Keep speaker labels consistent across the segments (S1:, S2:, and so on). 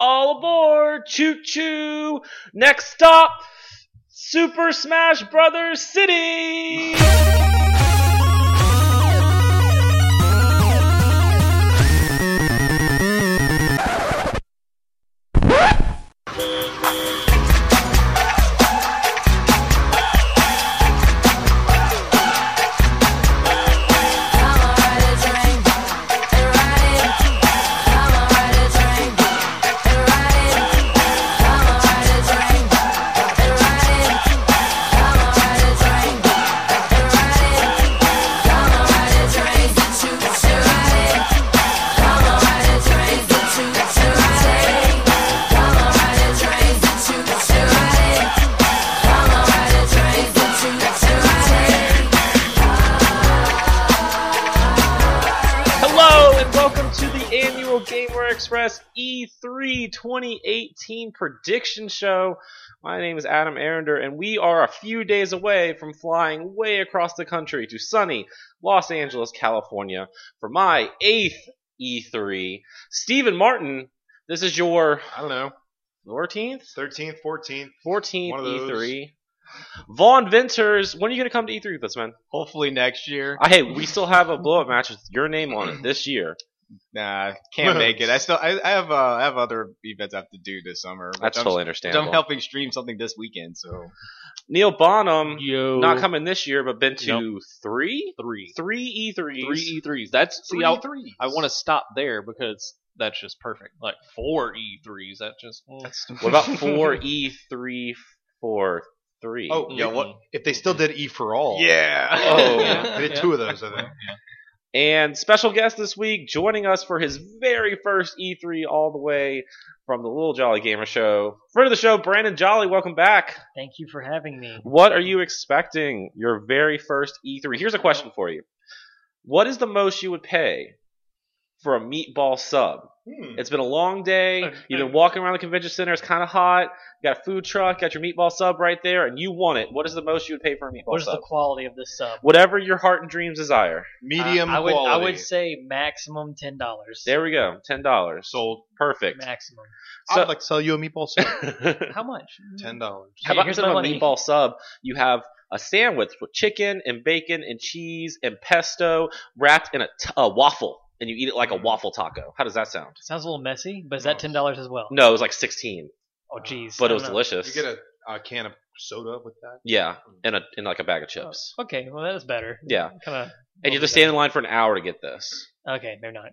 S1: All aboard! Choo choo! Next stop, Super Smash Brothers City! Hello and welcome to the annual GameWare Express E E3 2018 prediction show. My name is Adam Arender, and we are a few days away from flying way across the country to sunny Los Angeles, California for my eighth E3. Stephen Martin, this is your
S2: I don't know,
S1: 14th?
S2: 13th, 14th.
S1: 14th
S2: One of those.
S1: E3. E Vaughn Venters, when are you going to come to E3 with us, man?
S3: Hopefully next year.
S1: I, Uh, hey, we still have a blow up match with your name on it this year.
S3: Nah, can't make it. I still I, I have uh, I have other events I have to do this summer. which
S1: That's
S3: I'm,
S1: totally
S3: which
S1: understandable.
S3: I'm helping stream something this weekend, so
S1: Neil Bonham,
S4: Yo,
S1: not coming this year, but been to three?
S4: three,
S1: Three E E3s.
S4: three E3s. That's see,
S1: E
S4: I,
S3: three.
S4: I want to stop there because that's just perfect. Like four E3s. That just mm.
S1: What about four E3 for three?
S2: Oh yeah, what if they still did E for all?
S3: Yeah.
S1: Oh.
S2: they did two of those. I think.
S1: And special guest this week joining us for his very first E3 all the way from the Little Jolly Gamer Show. Friend of the show, Brandon Jolly, welcome back.
S5: Thank you for having me.
S1: What are you expecting your very first E3? Here's a question for you. What is the most you would pay for a meatball sub?
S2: Hmm.
S1: It's been a long day.
S4: Okay.
S1: You've been walking around the convention center. It's kind of hot. You got a food truck. Got your meatball sub right there, and you want it. What is the most you would pay for a meatball
S5: What is
S1: sub?
S5: the quality of this sub?
S1: Whatever your heart and dreams desire.
S2: Medium
S5: Uh, I would
S2: quality.
S5: I would say maximum ten dollars.
S1: There we go. Ten dollars.
S2: sold.
S1: Perfect.
S5: maximum.
S1: So-
S2: I'd like to sell you a meatball soup.
S5: How much? Mm,
S2: Ten dollars.
S1: How about
S5: Here's
S1: instead of
S5: my
S1: a
S5: money.
S1: meatball sub, you have a sandwich with chicken and bacon and cheese and pesto wrapped in a, t- a waffle, and you eat it like a waffle taco. How does that sound?
S5: Sounds a little messy, but is that ten dollars as well?
S1: No, it was like sixteen,
S5: Oh jeez.
S1: but
S5: I
S1: it was
S5: don't know.
S1: delicious.
S2: You get a, a can of soda with that.
S1: yeah, and a and like a bag of chips.
S5: Oh, Okay, well that is better.
S1: Yeah.
S5: Kind
S1: And you have to stand in line for an hour to get this.
S5: of. Okay, they're not.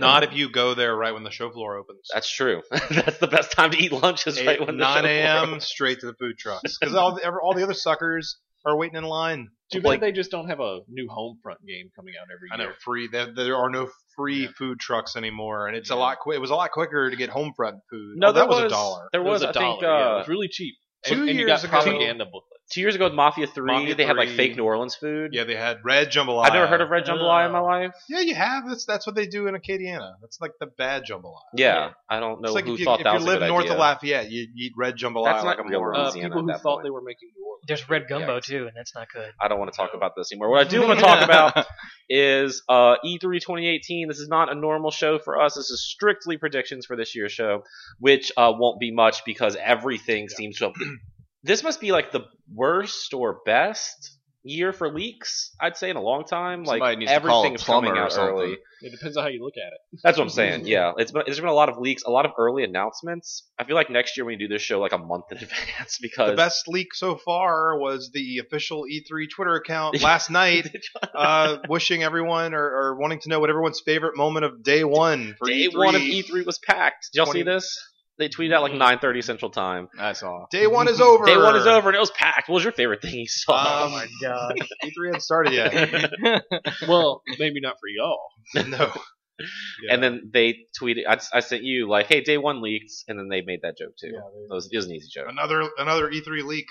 S2: Not if you go there right when the show floor opens.
S1: That's true. That's the best time to eat lunch is right
S2: Eight-
S1: when the show
S2: nine a.m.
S1: opens.
S2: straight to the food trucks because all the, ever- all the other suckers are waiting in line.
S4: Too bad
S2: Like-
S4: they just don't have a new Homefront game coming out every
S2: I
S4: year.
S2: know free. There, there are no free
S4: Yeah.
S2: food trucks anymore, and it's a
S4: Yeah.
S2: lot. Qui- it was a lot quicker to get home front food.
S1: No,
S2: Oh,
S1: there
S2: that was, a dollar.
S1: There
S4: It
S1: was,
S4: was, a
S1: I
S4: dollar.
S1: think,
S4: yeah, it
S1: uh,
S4: was really cheap.
S2: two
S4: and, and you
S2: years
S4: got
S2: ago-
S4: propaganda booklets.
S1: two years ago with Mafia Three,
S2: Mafia
S1: they had like
S2: 3.
S1: fake New Orleans food.
S2: Yeah, they had red jambalaya.
S1: I've never heard of red
S5: Ugh.
S1: jambalaya in my life.
S2: Yeah, you have. That's that's what they do in Acadiana. That's like the bad jambalaya.
S1: Yeah,
S4: Yeah.
S1: I don't know
S2: it's like
S1: who
S2: if you,
S1: thought
S2: if
S1: that
S2: you
S1: was a
S2: live
S1: good
S2: north
S1: idea.
S2: of Lafayette, you eat red jambalaya
S1: That's not
S2: like a
S1: real
S2: moron.
S4: Uh,
S1: Louisiana at
S4: people who
S1: that
S4: thought
S1: point.
S4: they were making New Orleans.
S5: There's red gumbo
S1: Yikes.
S5: too, and that's not good.
S1: I don't want to talk about this anymore. What I do want to talk about is uh, E3 2018. This is not a normal show for us. This is strictly predictions for this year's show, which uh, won't be much because everything seems to. this must be like the worst or best year for leaks. I'd say in a long time. Like
S3: Somebody needs to call a
S1: everything's coming
S3: plumber or
S1: out early.
S3: something.
S4: It depends on how you look at it.
S1: That's what I'm saying. Yeah, it's been, there's been a lot of leaks, a lot of early announcements. I feel like next year we do this show like a month in advance because
S2: The best leak so far was the official E3 Twitter account last night, uh, wishing everyone or, or wanting to know what everyone's favorite moment of day one for E
S1: day
S2: E3.
S1: one of E3 was packed. E Mm. Did y'all see
S2: 20
S1: this? They tweeted out like 9:30 Central Time.
S3: I saw.
S2: Day one is over.
S1: Day one is over and it was packed. What was your favorite thing you saw?
S5: Oh
S2: Um,
S5: my god.
S2: E3 hadn't started
S1: Um,
S2: yet.
S4: Well, maybe not for y'all.
S2: no. Yeah.
S1: And then they tweeted. I, I sent you like, "Hey, day one leaked," and then they made that joke too. it, was, it was an easy joke.
S2: another another E3 leak.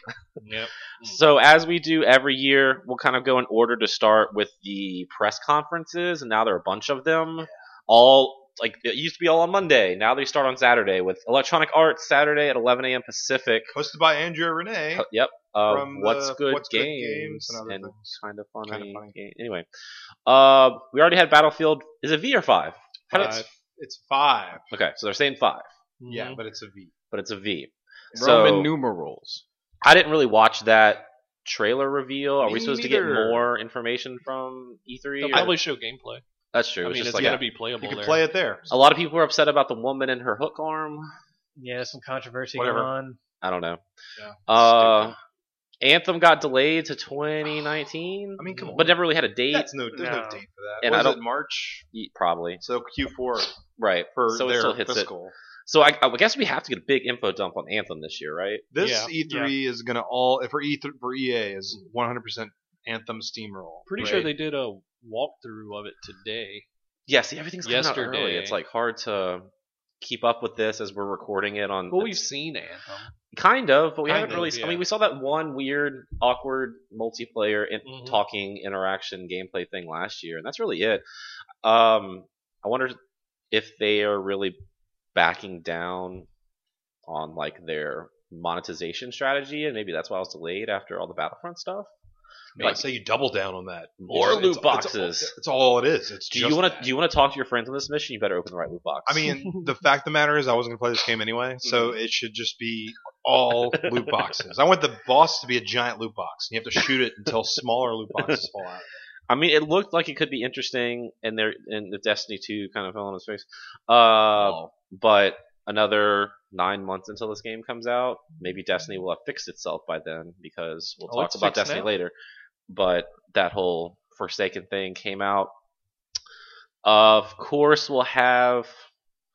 S4: Yep.
S1: So as we do every year, we'll kind of go in order to start with the press conferences, and now there are a bunch of them. All like it used to be all on Monday. Now they start on Saturday with Electronic Arts Saturday at 11 a.m. Pacific.
S2: Hosted by Andrea Renee.
S1: Uh, Yep. Of
S2: From
S1: what's
S2: the
S1: good
S2: What's Good
S1: games,
S2: Games and other
S1: and
S2: things.
S1: kind of funny.
S2: Kinda funny.
S1: game- Anyway, uh, we already had Battlefield. Is it V or five? How did-
S2: Five. It's five.
S1: Okay, so they're saying five.
S4: Mm-hmm.
S3: Yeah, but it's a V.
S1: but it's a V.
S3: Mm-hmm. Roman
S1: So-
S3: numerals.
S1: I didn't really watch that trailer reveal. Are
S3: Me
S1: we supposed to get
S3: neither.
S1: more information from E3?
S4: They'll
S1: or-
S4: probably show gameplay.
S1: That's true.
S4: I
S1: It was
S4: mean,
S1: just
S4: it's
S1: like
S4: gonna
S1: a,
S4: be playable
S2: You can
S4: there.
S2: play it there.
S1: a lot of people were upset about the woman and her hook arm.
S5: Yeah, there's some controversy
S2: Whatever.
S5: going on.
S1: I don't know.
S2: Yeah,
S1: uh, Anthem got delayed to 2019.
S2: I mean, come on.
S1: But never really had a date.
S2: That's no, there's no,
S5: No.
S2: date for that.
S1: And
S2: What
S1: I
S2: is
S1: don't-
S2: it March?
S1: Ye- Probably
S2: So Q4
S1: right.
S2: for
S1: so it
S2: their
S1: still hits it.
S2: fiscal.
S1: So I, I guess we have to get a big info dump on Anthem this year, right?
S2: This
S4: Yeah.
S2: E3 is gonna all for E for EA is 100 percent Anthem steamroll.
S4: Pretty
S2: right?
S4: sure they did a walkthrough of it today.
S1: Yeah. See, everything's coming out early.
S4: Yesterday.
S1: It's like hard to keep up with this as we're recording it on.
S4: Well, we've seen Anthem.
S1: Kind of, but we
S4: Kind
S1: haven't
S4: of,
S1: really. I
S4: yeah.
S1: mean, we saw that one weird, awkward multiplayer in-
S4: Mhm.
S1: talking interaction gameplay thing last year, and that's really it. Um, I wonder if they are really backing down on like their monetization strategy, and maybe that's why I was delayed after all the Battlefront stuff.
S2: Maybe
S1: like-
S2: say you double down on that.
S1: More
S2: It's-
S1: loot
S2: it's- it's-
S1: boxes.
S2: It's all it is. It's
S1: Do
S2: just
S1: you want
S2: that.
S1: to do you want to talk to your friends on this mission? You better open the right loot box.
S2: I mean, the fact of the matter is, I wasn't gonna play this game anyway, so it should just be all loot boxes. I want the boss to be a giant loot box, and you have to shoot it until smaller loot boxes fall out.
S1: I mean, it looked like it could be interesting, and there and the Destiny two kind of fell on its face. Uh, but another nine months until this game comes out, maybe Destiny will have fixed itself by then because we'll
S4: Oh,
S1: talk
S4: it's
S1: about
S4: fixed
S1: Destiny
S4: now.
S1: later. But that whole Forsaken thing came out. Of course, we'll have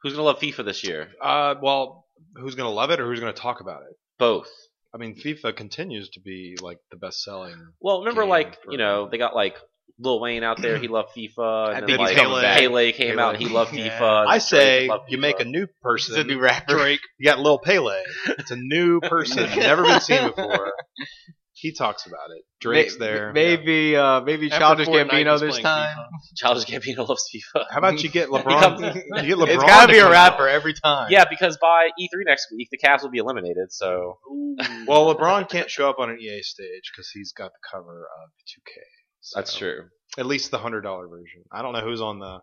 S1: who's gonna love FIFA this year?
S2: Uh, well, who's gonna love it or who's gonna talk about it?
S1: Both.
S2: I mean, FIFA continues to be like the best selling.
S1: Well, remember,
S2: Game
S1: like
S2: for-
S1: you know, they got like Lil Wayne out there. He loved FIFA. And
S3: I
S1: then,
S3: think he's
S1: like,
S2: coming back.
S1: Pele came
S2: Pele.
S1: out. He loved
S5: Yeah.
S1: FIFA. and
S2: I
S1: Drake
S2: say
S1: loved
S2: you
S1: FIFA.
S2: make a new
S3: He's a
S2: person.
S3: new rapper.
S2: Drake. You got Lil Pele. It's a new person, never been seen before. He talks about it. Drake's
S3: May-
S2: there.
S3: Maybe, uh, maybe
S4: After
S3: Childish
S4: Fortnite,
S3: Gambino
S4: he's
S3: this
S4: playing
S3: time.
S4: FIFA.
S1: Childish Gambino loves FIFA.
S2: How about you get
S1: comes-
S2: LeBron? you get LeBron.
S3: It's gotta be
S2: to
S3: a
S2: come
S3: rapper every time.
S1: Yeah, because by E3 next week, the Cavs will be eliminated. So
S2: out. Well, LeBron can't show up on an EA stage because he's got the cover of 2K. So,
S1: that's true.
S2: At least the hundred dollar version. I don't know who's on the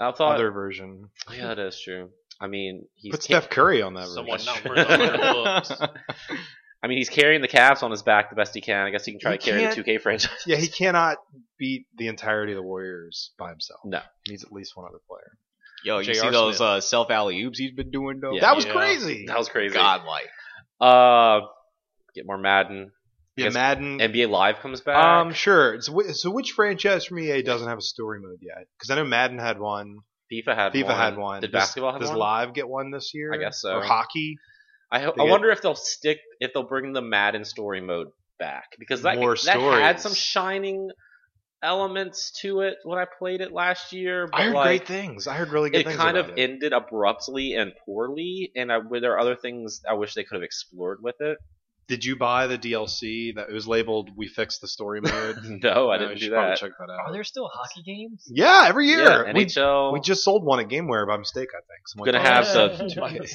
S1: I thought,
S2: other version.
S1: yeah, that is true. I mean, he's
S2: Put
S1: ca-
S2: Steph Curry on that
S4: Someone
S2: version.
S4: not worth their looks.
S1: I mean, he's carrying the Cavs on his back the best he can. I guess he can try
S2: He
S1: to carry
S2: can't-
S1: the 2K franchise.
S2: Yeah, he cannot beat the entirety of the Warriors by himself.
S1: No.
S2: He needs at least one other player.
S1: Oh,
S3: Yo, you
S4: J.R.
S3: see those
S4: Smith.
S3: uh, self alley oops he's been doing though.
S1: Yeah.
S2: that was
S4: Yeah.
S2: crazy.
S1: That was crazy.
S3: godlike.
S1: Uh, get more Madden.
S2: yeah,
S1: Yes.
S2: Madden.
S1: NBA Live comes back.
S2: Um, sure. So, whi- so which franchise from EA doesn't have a story mode yet? Because I know Madden had one.
S1: FIFA had
S2: FIFA
S1: one.
S2: had one.
S1: Did
S2: Does-
S1: basketball have
S2: does
S1: one?
S2: Live get one this year?
S1: I guess so.
S2: Or hockey?
S1: I, ho-
S2: They
S1: I
S2: get-
S1: wonder if they'll stick if they'll bring the Madden story mode back because that
S2: More
S1: that had
S2: stories.
S1: some shining elements to it when I played it last year. But
S2: I heard
S1: like,
S2: great things. I heard really good
S1: it
S2: things.
S1: kind
S2: about
S1: of
S2: it.
S1: ended abruptly and poorly, and I, were there are other things I wish they could have explored with it.
S2: Did you buy the DLC that was labeled "We Fixed the Story Mode"?
S1: No, I
S2: No,
S1: didn't
S2: you
S1: do
S2: should probably
S1: that.
S2: Check that
S5: Are
S2: out.
S5: there still hockey games?
S2: Yeah, every year
S1: Yeah,
S2: we,
S1: NHL.
S2: we just sold one at GameWare by mistake. I think. Someone
S1: Gonna
S2: told
S1: have
S2: us.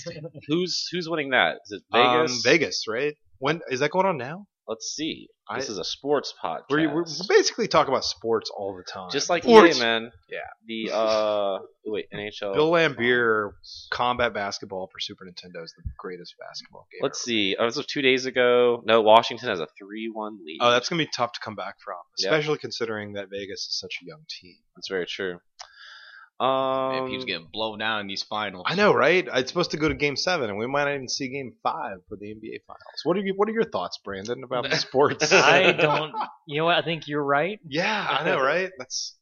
S1: the-
S5: some.
S1: who's who's winning that? Is it
S2: Um,
S1: Vegas?
S2: Vegas, right? When is that going on now?
S1: Let's see.
S2: I-
S1: This is a sports podcast.
S2: We're, we're we basically talk about sports all the time.
S1: just like E
S2: sports.
S1: EA, man.
S2: Yeah.
S1: The uh, wait, NHL.
S2: Bill Lambier combat basketball for Super Nintendo is the greatest basketball game.
S1: Let's see. As of two days ago, no, Washington has a three-one lead.
S2: Oh, that's gonna be tough to come back from,
S1: Yep.
S2: especially considering that Vegas is such a young team.
S1: that's very true. Um,
S3: Man,
S4: Um,
S3: he was getting blown out in these finals.
S2: I know, right? It's supposed to go to Game Seven, and we might not even see Game Five for the NBA Finals. What are you? What are your thoughts, Brandon, about the sports?
S5: I don't. You know what? I think you're right.
S2: Yeah, I know, right? That's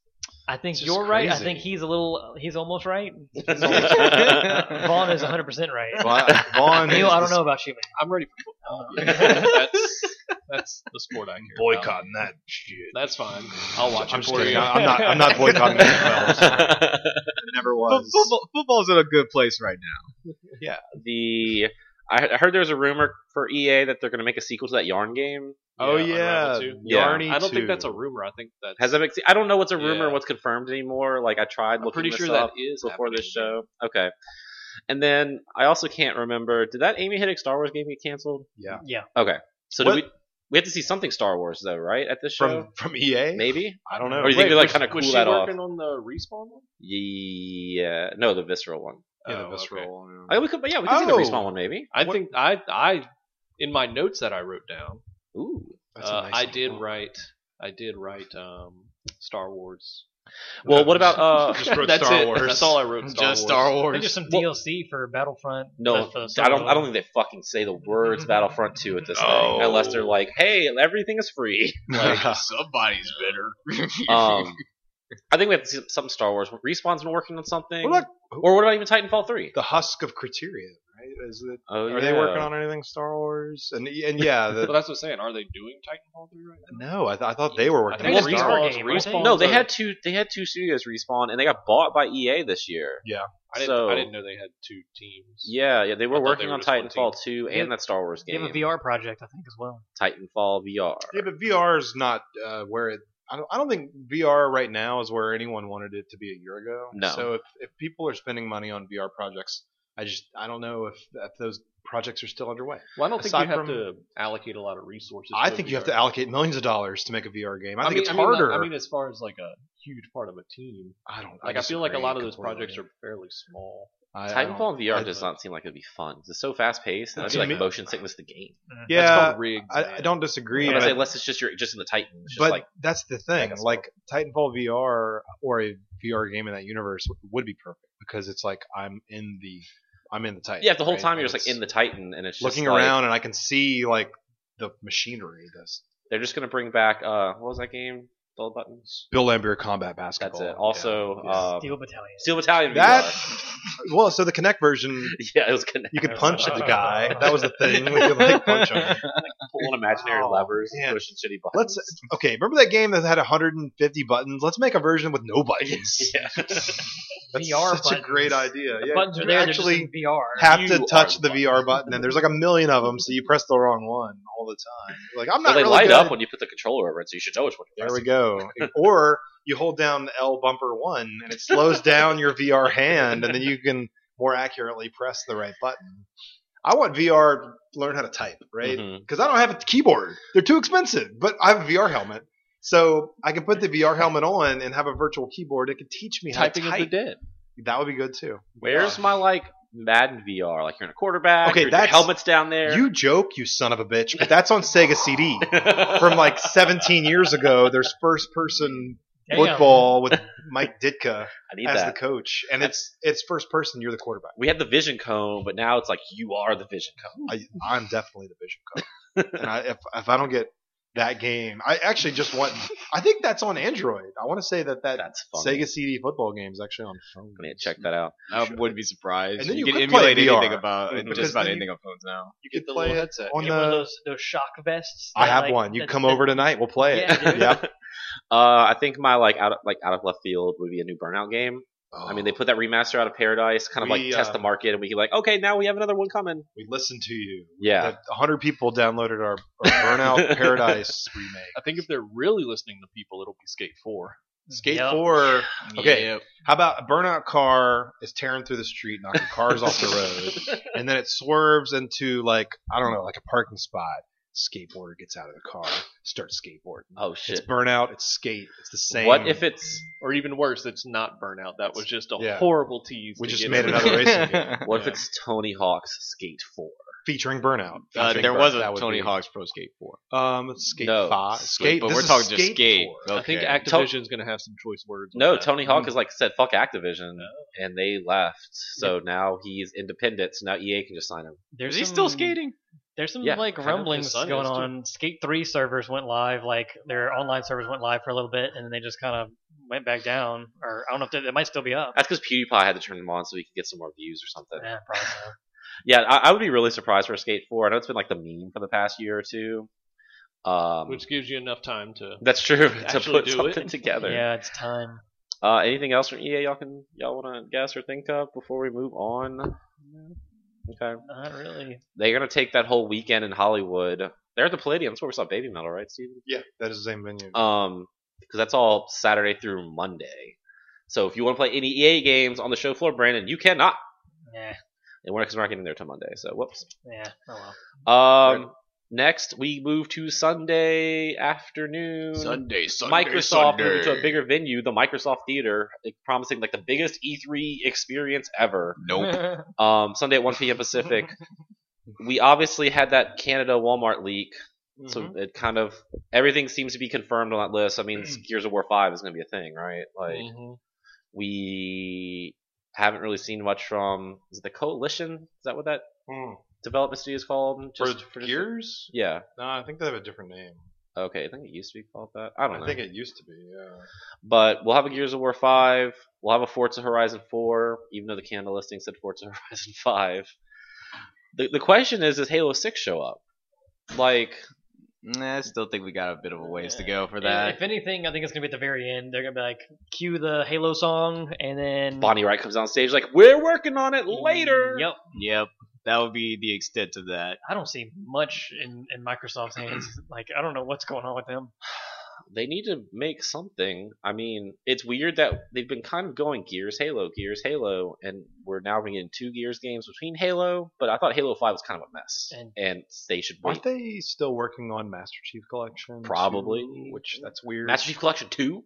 S5: I think
S2: It's just
S5: you're right. I think
S2: crazy.
S5: he's a little. He's almost right. Vaughn
S3: Vaughn
S5: is 100 percent right.
S2: Vaughn. Vaughn
S5: Neil,
S2: is
S5: I don't
S2: the
S5: know about you, man.
S4: I'm ready for football. that's, that's the sport I care about.
S2: boycotting that shit.
S4: That's fine. I'll watch
S2: I'm
S4: it
S2: just
S4: for
S2: kidding.
S4: you.
S2: I'm not. I'm not boycotting the NFL. I'm sorry. I never was.
S3: Football, football's in a good place right now.
S1: the I I heard there's a rumor for EA that they're going to make a sequel to that Yarn game.
S2: Oh yeah,
S4: Unravel 2.
S1: Yeah.
S2: Yarny
S4: I don't think
S2: 2.
S4: that's a rumor. I think that's.
S1: Has that been? see, I don't know what's a rumor
S4: Yeah.
S1: and what's confirmed anymore. Like I tried
S4: I'm
S1: looking
S4: pretty
S1: this
S4: sure
S1: up
S4: that is
S1: before this
S4: happening.
S1: show. Okay. And then I also can't remember. Did that Amy Hiddick Star Wars game get canceled?
S2: Yeah.
S5: Yeah.
S1: Okay. So do
S2: What-
S1: we we have to see something Star Wars though, right? At this show,
S2: from E from EA.
S1: maybe.
S2: I don't know.
S1: Or do you think
S4: Wait,
S1: they like
S4: was-
S1: kind of
S4: was
S1: cool
S4: she
S1: that off?
S4: working on the respawn one?
S1: Yeah. No, the visceral one.
S2: Yeah,
S4: Oh,
S2: the visceral. yeah.
S1: I, we could, yeah, we could do the
S2: Oh.
S1: respawn one maybe.
S4: I
S2: What-
S4: think I I in my notes that I wrote down,
S1: Ooh.
S2: That's a
S4: uh,
S2: nice
S4: I
S2: little
S4: did
S2: one.
S4: write I did write um, Star Wars.
S1: Well, what about uh?
S2: Just wrote
S4: that's
S2: Star
S4: it.
S2: Wars.
S4: That's all I wrote. Star Wars.
S3: Just Star
S5: I think
S3: Wars.
S5: there's some
S1: Well-
S5: DLC for Battlefront.
S1: No,
S5: but for the
S1: I don't.
S5: solo-
S1: I don't think they fucking say the words Battlefront Two at this
S3: No.
S1: thing, unless they're like, "Hey, everything is free."
S3: Like, somebody's better.
S1: Um, I think we have to see some Star Wars. Respawn's been working on something,
S2: What about
S1: or what about even Titanfall Three?
S2: the husk of Criterion? Right? Is it,
S1: Oh,
S2: are they working on anything Star Wars? And and yeah,
S4: Well,
S2: the,
S4: that's what I'm saying. Are they doing Titanfall three right now?
S2: no, I, th- I thought they were
S4: I
S2: working.
S4: think
S2: on
S1: Well,
S2: Star Wars.
S4: Respawn's,
S5: Respawn-
S4: Respawn's
S1: No, they
S4: a-
S1: had two. They had two studios respawn, and they got bought by EA this year.
S4: I didn't,
S1: so-
S4: I didn't know they had two teams.
S1: Yeah, yeah, they were
S4: I thought they
S1: working
S4: were
S1: on
S4: just one
S1: Titanfall Two and
S5: Yeah.
S1: that Star Wars
S5: They have
S1: game,
S5: a VR project, I think, as well.
S1: Titanfall VR.
S2: Yeah, but VR is not uh, where it. I don't, I don't think VR right now is where anyone wanted it to be a year ago.
S1: No.
S2: So if, if people are spending money on VR projects, I just I don't know if, if those projects are still underway.
S4: Well, I don't think you
S2: Aside
S4: have
S2: from-
S4: to allocate a lot of resources.
S2: I
S4: to
S2: think
S4: it,
S2: you have to
S4: right?
S2: allocate millions of dollars to make a VR game. I, think
S4: mean,
S2: it's
S4: I mean, like-
S2: harder.
S4: I mean, as far as like a huge part of a team,
S2: I don't.
S4: like I, feel like a
S2: disagree
S4: lot of those
S2: completely.
S4: projects are fairly small.
S2: I- I don't-
S1: Titanfall and VR
S2: I-
S1: does not seem like it'd be fun. It's so fast paced, and I'd be
S2: To
S1: like
S2: me-
S1: motion sickness the game.
S4: that's
S2: Yeah,
S4: called rigged.
S2: I,
S4: man.
S2: I don't disagree.
S1: When I
S2: But,
S1: say
S2: I-
S1: unless it's just your just in the Titan, it's just
S2: but
S1: like
S2: that's the thing.
S1: Megastorm.
S2: Like Titanfall VR or a VR game in that universe w- would be perfect because it's like I'm in the I'm in the Titan.
S1: yeah, if the whole
S2: right?
S1: time you're
S2: And
S1: just like
S2: it's
S1: in the Titan, and it's just
S2: looking
S1: like,
S2: around and I can see like the machinery. This
S1: They're just gonna bring back uh, what was that game? Dull buttons.
S2: Bill Lambier combat
S1: That's
S2: basketball.
S1: it. Also,
S2: Yeah.
S1: uh,
S5: Steel Battalion.
S1: Steel Battalion.
S2: that.
S1: VR.
S2: well, so the Connect version,
S1: yeah, it was connected.
S2: you could punch at the guy. That was the thing. We could like punch him.
S1: pulling imaginary
S2: Oh,
S1: levers, and
S2: man.
S1: pushing shitty buttons.
S2: Let's okay. Remember that game that had 150 buttons? Let's make a version with no buttons.
S1: yeah.
S2: That's
S5: VR
S2: such a great idea.
S5: The
S2: yeah,
S5: buttons are
S2: you
S5: there. they're just
S2: actually
S5: in VR.
S2: have
S1: You
S2: to touch
S1: are
S2: the
S1: the
S2: VR button, and there's like a million of them, so you press the wrong one all the time. Like I'm
S1: Well,
S2: not
S1: they
S2: really
S1: light
S2: good
S1: up
S2: at-
S1: when you put the controller over it, so you should know which one.
S2: There we go. or you hold down the L bumper one, and it slows down your VR hand, and then you can more accurately press the right button. I want VR to learn how to type, right?
S1: Mhm.
S2: Because I don't have a keyboard. They're too expensive, but I have a VR helmet. So I can put the VR helmet on and have a virtual keyboard. It could teach me how
S4: Typing
S2: to
S4: of
S2: type.
S4: the dead.
S2: that would be good too.
S1: Where's my like Madden VR? Like you're in a quarterback.
S2: Okay,
S1: your- your
S2: that's-
S1: helmet's down there.
S2: You joke, you son of a bitch, but that's on Sega CD
S1: from
S2: from like 17 years ago. There's first person
S5: Damn.
S2: football with Mike Ditka.
S1: I need
S2: as
S1: that.
S2: the coach, and it's it's first person. You're the quarterback.
S1: we had the vision cone, but now it's like you are the vision cone.
S2: I, I'm definitely the vision coach, and I, if if I don't get that game, I actually just want. I think that's on Android. I want to say that that
S1: That's fun.
S2: Sega CD football game is actually on phone.
S1: I need to check that out.
S3: I would be surprised.
S2: And then you
S3: can
S2: could play
S3: emulate anything
S2: VR.
S3: about
S1: Mhm.
S2: Because
S3: just about
S2: then you-
S3: anything on phones now.
S2: You
S4: Get
S2: could
S4: the
S2: play
S4: little
S2: it
S4: headset.
S2: on
S5: You get one of
S2: the.
S5: those, those shock vests.
S2: I
S5: that,
S2: have
S5: like,
S2: one. You
S5: that-
S2: come
S5: that-
S2: over tonight. We'll play it.
S5: Yeah, dude.
S2: Yep.
S1: Uh, I think my like out of, like out of left field would be a new Burnout game. I mean, they
S2: Oh,
S1: put that remaster out of Paradise, kind of
S2: We,
S1: like test
S2: uh,
S1: the market, and we like, okay, now we have another one coming.
S2: we listened to you.
S1: Yeah,
S2: The 100 people downloaded our, our Burnout Paradise remake.
S4: I think if they're really listening to people, it'll be Skate Four.
S2: Skate
S5: Yep.
S2: 4. Okay.
S4: Yep.
S2: How about a burnout car is tearing through the street, knocking cars off the road, and then it swerves into like I don't know, like a parking spot. Skateboarder gets out of the car, starts skateboarding.
S1: Oh
S2: It's
S1: shit.
S2: burnout. It's skate. It's the same.
S1: What if it's
S4: or even worse, it's not Burnout. That was just a
S2: Yeah.
S4: horrible tease.
S2: We
S4: to
S2: just
S4: get
S2: made
S4: in.
S2: another racing game
S1: what if
S4: Yeah.
S1: it's Tony Hawk's Skate Four?
S2: featuring burnout?
S3: Uh,
S2: Featuring
S3: there
S2: Burnout.
S3: was a
S2: That would
S3: Tony
S2: be-
S3: Hawk's Pro Skate 4.
S2: Um, skate
S1: No,
S2: five. Skate.
S3: but
S2: this
S3: we're
S2: is
S3: talking just
S2: skate
S3: skate.
S2: four.
S3: Okay.
S4: I think
S1: Okay.
S4: Activision's going to have some choice words. on
S1: No,
S4: that.
S1: Tony Hawk has like said fuck Activision,
S2: Oh.
S1: and they left. So now he's independent. So now EA can just sign him.
S5: There's
S4: Mm-hmm.
S3: Is he still
S2: Mm-hmm.
S5: some-
S3: skating?
S5: There's some
S1: Yeah,
S5: like
S4: kind of
S5: rumblings
S4: his son is,
S5: going
S4: too.
S5: on. Skate Three servers went live, like their online servers went live for a little bit, and then they just kind of went back down. Or I don't know if they, it might still be up.
S1: That's because PewDiePie had to turn him on so he could get some more views or something.
S5: Yeah, probably. not.
S1: Yeah, I, I would be really surprised for a Skate Four. I know it's been like the meme for the past year or two. Um,
S4: which gives you enough time to.
S1: that's true to
S4: actually
S1: put
S4: do
S1: something
S4: it.
S1: together.
S5: Yeah, it's time.
S1: Uh, anything else from EA y'all can y'all want to guess or think of before we move on? Okay,
S5: Not really.
S1: they're gonna take that whole weekend in Hollywood. They're at the Palladium. That's where we saw Baby Metal, right, Steven?
S2: Yeah, that is the same venue.
S3: Uh,
S1: um because that's all Saturday through Monday. So if you want to play any EA games on the show floor, Brandon, you cannot.
S5: Yeah,
S1: And we're because we're not getting there till Monday. So whoops.
S5: yeah. Oh well.
S1: Um, Next, we move to Sunday afternoon.
S3: Sunday, Sunday,
S1: Microsoft
S3: Sunday.
S1: moving to a bigger venue, the Microsoft Theater, like, promising like the biggest E3 experience ever.
S3: Nope.
S1: Um, Sunday at 1 p.m. Pacific. we obviously had that Canada Walmart leak,
S3: Mm-hmm.
S4: Mm-hmm.
S1: so it kind of everything seems to be confirmed on that list. I mean,
S3: Mm.
S1: Gears of War Five is going to be a thing, right? Like
S4: Mm-hmm.
S1: we haven't really seen much from is it the Coalition? Is that what that
S3: Mm.
S1: development studio is called?
S2: Just
S1: for just-
S2: Gears?
S1: Yeah.
S2: No, I think they have a different name.
S1: Okay. I think it used to be called that. I don't
S2: I
S1: know.
S2: think it used to be. Yeah.
S1: But we'll have a Gears of War 5. We'll have a Forza Horizon 4, even though the Canada listing said Forza Horizon 5. The, the question is, does Halo 6 show up? Like,
S3: Nah, I still think we got a bit of a ways to go for that.
S5: If anything, I think it's gonna be at the very end. They're gonna be like, cue the Halo song, and then
S1: Bonnie Wright comes on stage, like, we're working on it
S2: Mm,
S1: later.
S5: Yep.
S3: Yep, that would be the extent of that.
S5: I don't see much in, in Microsoft's hands. like I don't know what's going on with them.
S1: They need to make something. I mean, it's weird that they've been kind of going Gears, Halo, Gears, Halo, and we're now getting two Gears games between Halo, but I thought Halo 5 was kind of a mess. And,
S5: And-
S1: they should wait.
S2: Aren't they still working on Master Chief Collection?
S1: Probably.
S2: too? Which that's weird.
S1: Master Chief Collection 2?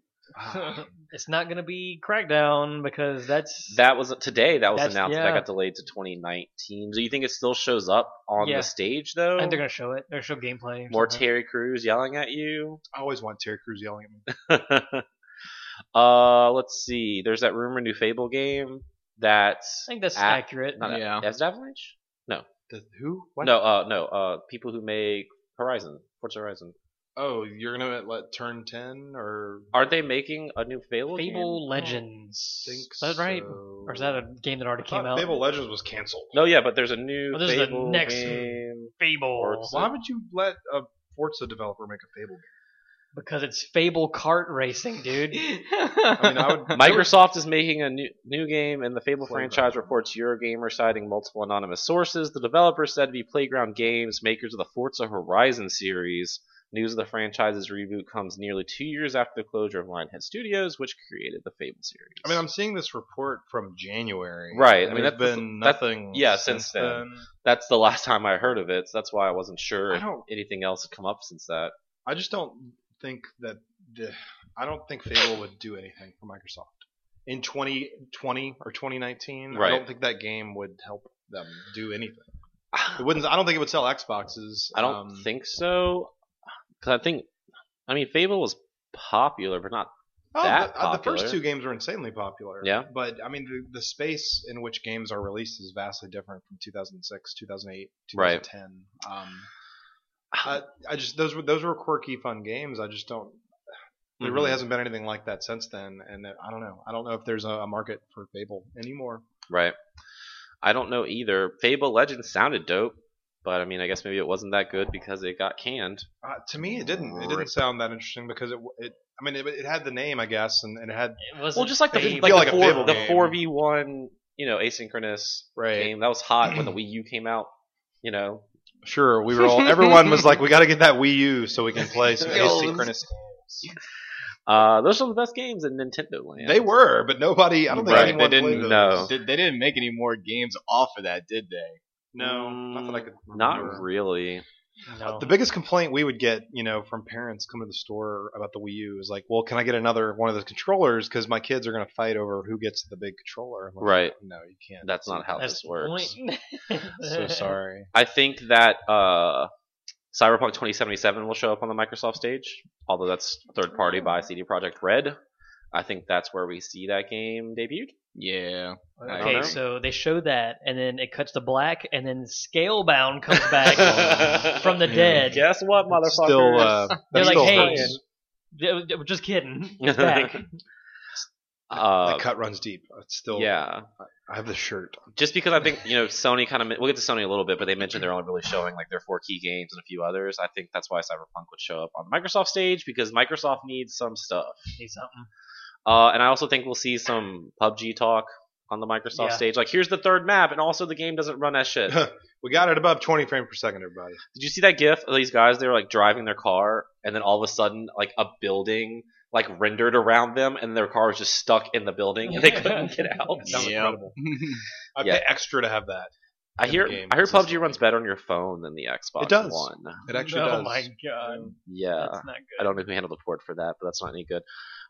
S5: it's not gonna be Crackdown because that's
S1: That was today. That was
S5: That's-
S1: announced. That
S5: yeah.
S1: got delayed to 2019. Do you think it still shows up on
S5: Yeah.
S1: the stage though?
S5: And they're gonna show it. They're gonna show gameplay. or
S1: Oh. More
S5: something.
S1: Terry Crews yelling at you.
S2: I always want Terry Crews yelling at me.
S1: uh, let's see. There's that rumor new Fable game that's
S5: I think that's
S1: Ah,
S5: accurate.
S1: not
S3: Yeah.
S1: yeah. that's Avalanche.
S2: The, who? What?
S1: No, uh, no, uh, people who make Horizon, Forza Horizon,
S2: Oh, you're gonna let turn ten or
S1: are they making a new Fable? game?
S5: Fable Legends.
S2: think
S5: is that right?
S2: so.
S5: Or is that a game that already
S2: I
S5: came
S2: thought
S5: out?
S2: Fable Legends was canceled.
S1: No, yeah, but there's a new
S5: Well, this is the
S1: Fable
S5: next-
S1: game.
S5: Fable.
S1: Forza.
S2: Why would you let a Forza developer make a Fable game?
S5: Because it's Fable kart racing, dude.
S2: I mean, I would.
S1: Microsoft is making a new, new game, and the Fable
S2: Playground.
S1: franchise reports Eurogamer citing multiple anonymous sources. The developer said to be Playground Games, makers of the Forza Horizon series. News of the franchise's reboot comes nearly two years after the closure of Lionhead Studios, which created the Fable series.
S2: I mean, I'm seeing this report from January.
S1: Right, I
S2: and
S1: mean,
S2: there's
S1: that's-
S2: been
S1: that's-
S2: nothing.
S1: yeah, since then. that's the last time I heard of it, so that's why I wasn't sure
S2: I
S1: if
S2: don't-
S1: anything else had come up since that.
S2: I just don't think that the. I don't think Fable would do anything for Microsoft in 2020 or 2019.
S1: Right.
S2: I don't think that game would help them do anything. It wouldn't. I don't think it would sell Xboxes.
S1: I don't
S2: um,
S1: think so, because I think, I mean, Fable was popular, but not
S2: Oh,
S1: that
S2: the, uh, the first
S1: popular.
S2: two games were insanely popular.
S1: Yeah.
S2: But I mean, the, the space in which games are released is vastly different from 2006, 2008,
S1: Right.
S2: 2010. Um, I, I just those were those were quirky, fun games. I just don't. There
S1: Mhm.
S2: really hasn't been anything like that since then, and uh, I don't know. I don't know if there's a, a market for Fable anymore.
S1: Right. I don't know either. Fable Legends sounded dope, but I mean, I guess maybe it wasn't that good because it got canned.
S2: Uh, to me, it didn't. It
S1: Rip.
S2: didn't sound that interesting because it. it I mean, it, it had the name, I guess, and, and it had
S5: It wasn't
S1: Well, just like the
S5: Fable.
S1: like,
S2: Feel like
S1: the,
S2: a
S1: four,
S2: Fable
S1: the
S2: game.
S1: four v one, you know, asynchronous
S2: right.
S1: game that was hot when the Wii U came out. You know,
S2: Sure, we were all. Everyone was like, "We got to get that Wii U so we can play some
S3: Yo,
S2: asynchronous."
S1: uh, those are the best games in Nintendo land.
S2: They were, but nobody. I don't think
S1: Right,
S2: anyone
S3: they
S2: played those.
S3: didn't.
S1: No.
S3: Did- they didn't make any more games off of that, did they?
S2: no,
S1: Mm,
S2: not that I could. remember.
S1: Not really.
S5: No.
S2: The biggest complaint we would get, you know, from parents coming to the store about the Wii U is like, "Well, can I get another one of those controllers? Because my kids are going to fight over who gets the big controller." I'm like,
S1: Right.
S2: No, you can't.
S1: That's not how
S5: That's
S1: this works.
S5: the point.
S2: So sorry.
S1: I think that uh, Cyberpunk 2077 will show up on the Microsoft stage, although that's third party by CD Projekt Red. I think that's where we see that game debuted.
S3: Yeah. I don't know.
S5: Okay, so they show that, and then it cuts to black, and then Scalebound comes back
S1: from
S5: from the dead.
S1: Guess what,
S2: It's
S1: motherfucker?
S2: Still, uh, that
S5: They're like,
S2: still
S5: hey,
S2: hurts.
S5: d- d- just kidding. It's back.
S1: Uh,
S2: the cut runs deep. It's still.
S1: yeah,
S2: I have the shirt.
S1: just because I think you know Sony kind of we'll get to Sony a little bit, but they mentioned they're only really showing like their four key games and a few others. I think that's why Cyberpunk would show up on the Microsoft stage because Microsoft needs some stuff.
S5: Need something.
S1: Uh, and I also think we'll see some PUBG talk on the Microsoft
S5: Yeah.
S1: stage. Like, here's the third map, and also the game doesn't run as shit. Did
S2: We got it above 20 frames per second, everybody.
S1: you see that GIF of these guys? They were like driving their car, and then all of a sudden, like a building like rendered around them, and their car was just stuck in the building, and they couldn't get out.
S2: That sounds
S3: Yep.
S2: incredible. I'd
S1: Yeah.
S2: pay extra to have that.
S1: I
S3: in
S1: hear
S3: the game
S1: I hear PUBG
S3: consistently.
S1: runs better on your phone than the Xbox
S2: It does.
S1: One.
S2: It actually
S5: oh
S2: does.
S5: my god,
S1: Yeah,
S5: that's not
S1: I
S5: good.
S1: don't know who handled the port for that, but that's not any good.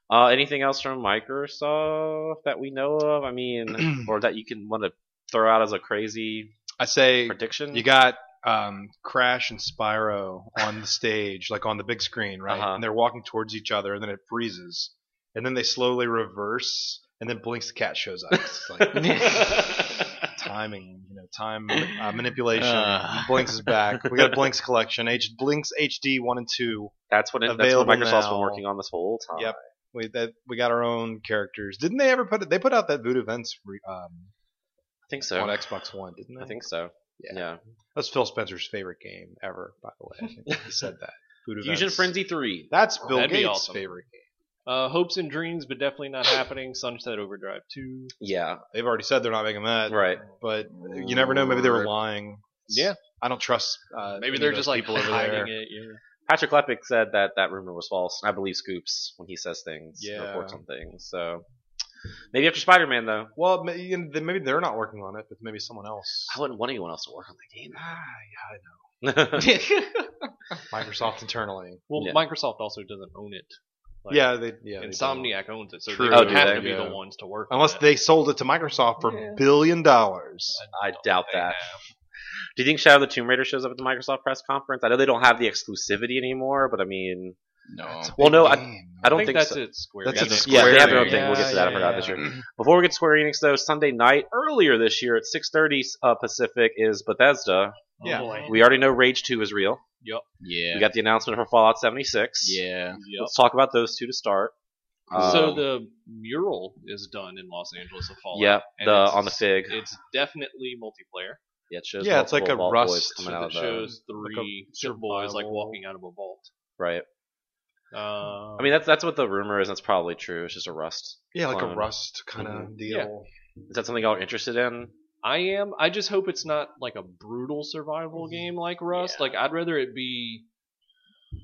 S1: Uh, anything else from Microsoft that we know of? I mean, or that you can want to throw out as a crazy
S2: I say
S1: prediction?
S2: you got um, Crash and Spyro on the stage, like on the big screen, right?
S1: Uh-huh.
S2: And they're walking towards each other, and then it freezes, and then they slowly reverse, and then blinks. The cat shows up. It's like timing, you know, time uh, manipulation.
S3: Uh.
S2: Blinks is back. We got a Blinks collection. H- Blinks HD one and two.
S1: that's what it, that's what
S2: Available
S1: Microsoft's been
S2: now.
S1: working on this whole time.
S2: Yep. We that we got our own characters. Didn't they ever put it? They put out that Voodoo Vents re, um,
S1: I think so.
S2: on Xbox One, didn't they?
S1: I think so.
S2: Yeah.
S1: Yeah.
S2: that's Phil Spencer's favorite game ever. By the way, I think he said that. Voodoo
S1: Fusion
S2: Vents.
S1: Frenzy Three.
S2: That's Bill
S4: That'd be
S2: Gates'
S4: awesome.
S2: favorite game.
S4: Uh, hopes and dreams, but definitely not happening. Sunset Overdrive two.
S1: Yeah.
S2: They've already said they're not making that,
S1: Right.
S2: but you never know. Maybe they were
S3: Right.
S2: lying.
S3: Yeah.
S2: I don't trust. Uh, any
S4: Maybe
S2: of
S4: they're
S2: those
S4: just like
S2: people over there.
S4: hiding it. Yeah.
S1: Patrick Leppick said that that rumor was false. I believe Scoops when he says things,
S2: Yeah.
S1: reports on things. So maybe after Spider Man though,
S2: Well, may- you know, then maybe they're not working on it, but maybe someone else.
S1: I wouldn't want anyone else to work on the game.
S2: Ah,
S1: yeah,
S2: Microsoft internally.
S4: Well,
S1: Yeah.
S4: Microsoft also doesn't own it. Like,
S2: yeah, they, yeah. they do.
S4: Insomniac owns it, so
S2: True.
S4: they would
S1: Oh, do
S4: have
S1: they?
S4: to be
S2: Yeah.
S4: the ones to work.
S2: Unless
S4: on it.
S2: they sold it to Microsoft for billion dollars.
S1: I doubt
S4: They
S1: that.
S4: have.
S1: Do you think Shadow of the Tomb Raider shows up at the Microsoft press conference? I know they don't have the exclusivity anymore, but I mean,
S3: No.
S1: Well, no, I- I don't
S4: I think,
S1: think,
S4: that's
S1: so.
S4: it. Square.
S2: That's
S4: Enix.
S2: it.
S1: Yeah, they have their
S3: Square
S1: own thing. We'll
S4: Enix.
S1: get to that. I
S4: Yeah,
S1: forgot
S4: yeah,
S1: this year. Before we get to Square Enix, though, Sunday night earlier this year at 6:30 uh, Pacific is Bethesda.
S5: Oh,
S2: Yeah.
S5: boy.
S1: We already know Rage 2 is real.
S3: Yeah.
S1: We got the announcement for Fallout 76.
S3: yeah.
S4: Yep.
S1: Let's talk about those two to start.
S4: so
S1: Um,
S4: the mural is done in Los Angeles of Fallout.
S1: yeah,
S4: and
S1: the
S4: it's-
S1: on the fig.
S4: It's definitely multiplayer.
S1: Yeah, it shows
S2: Yeah, it's
S1: multiple
S2: like a
S1: vault
S2: rust
S1: boys coming out
S4: So
S1: of
S4: it
S1: the
S4: shows
S2: a
S4: three
S2: survival-
S4: boys like walking out of a vault.
S1: right.
S4: Uh,
S1: I mean, that's that's what the rumor is. That's probably true. It's just a rust.
S2: Yeah, like a
S1: clone.
S2: Rust kind of
S4: Mm-hmm.
S2: deal.
S1: Is that something y'all are interested in?
S4: I am. I just hope it's not like a brutal survival game like Rust. Like I'd rather it be,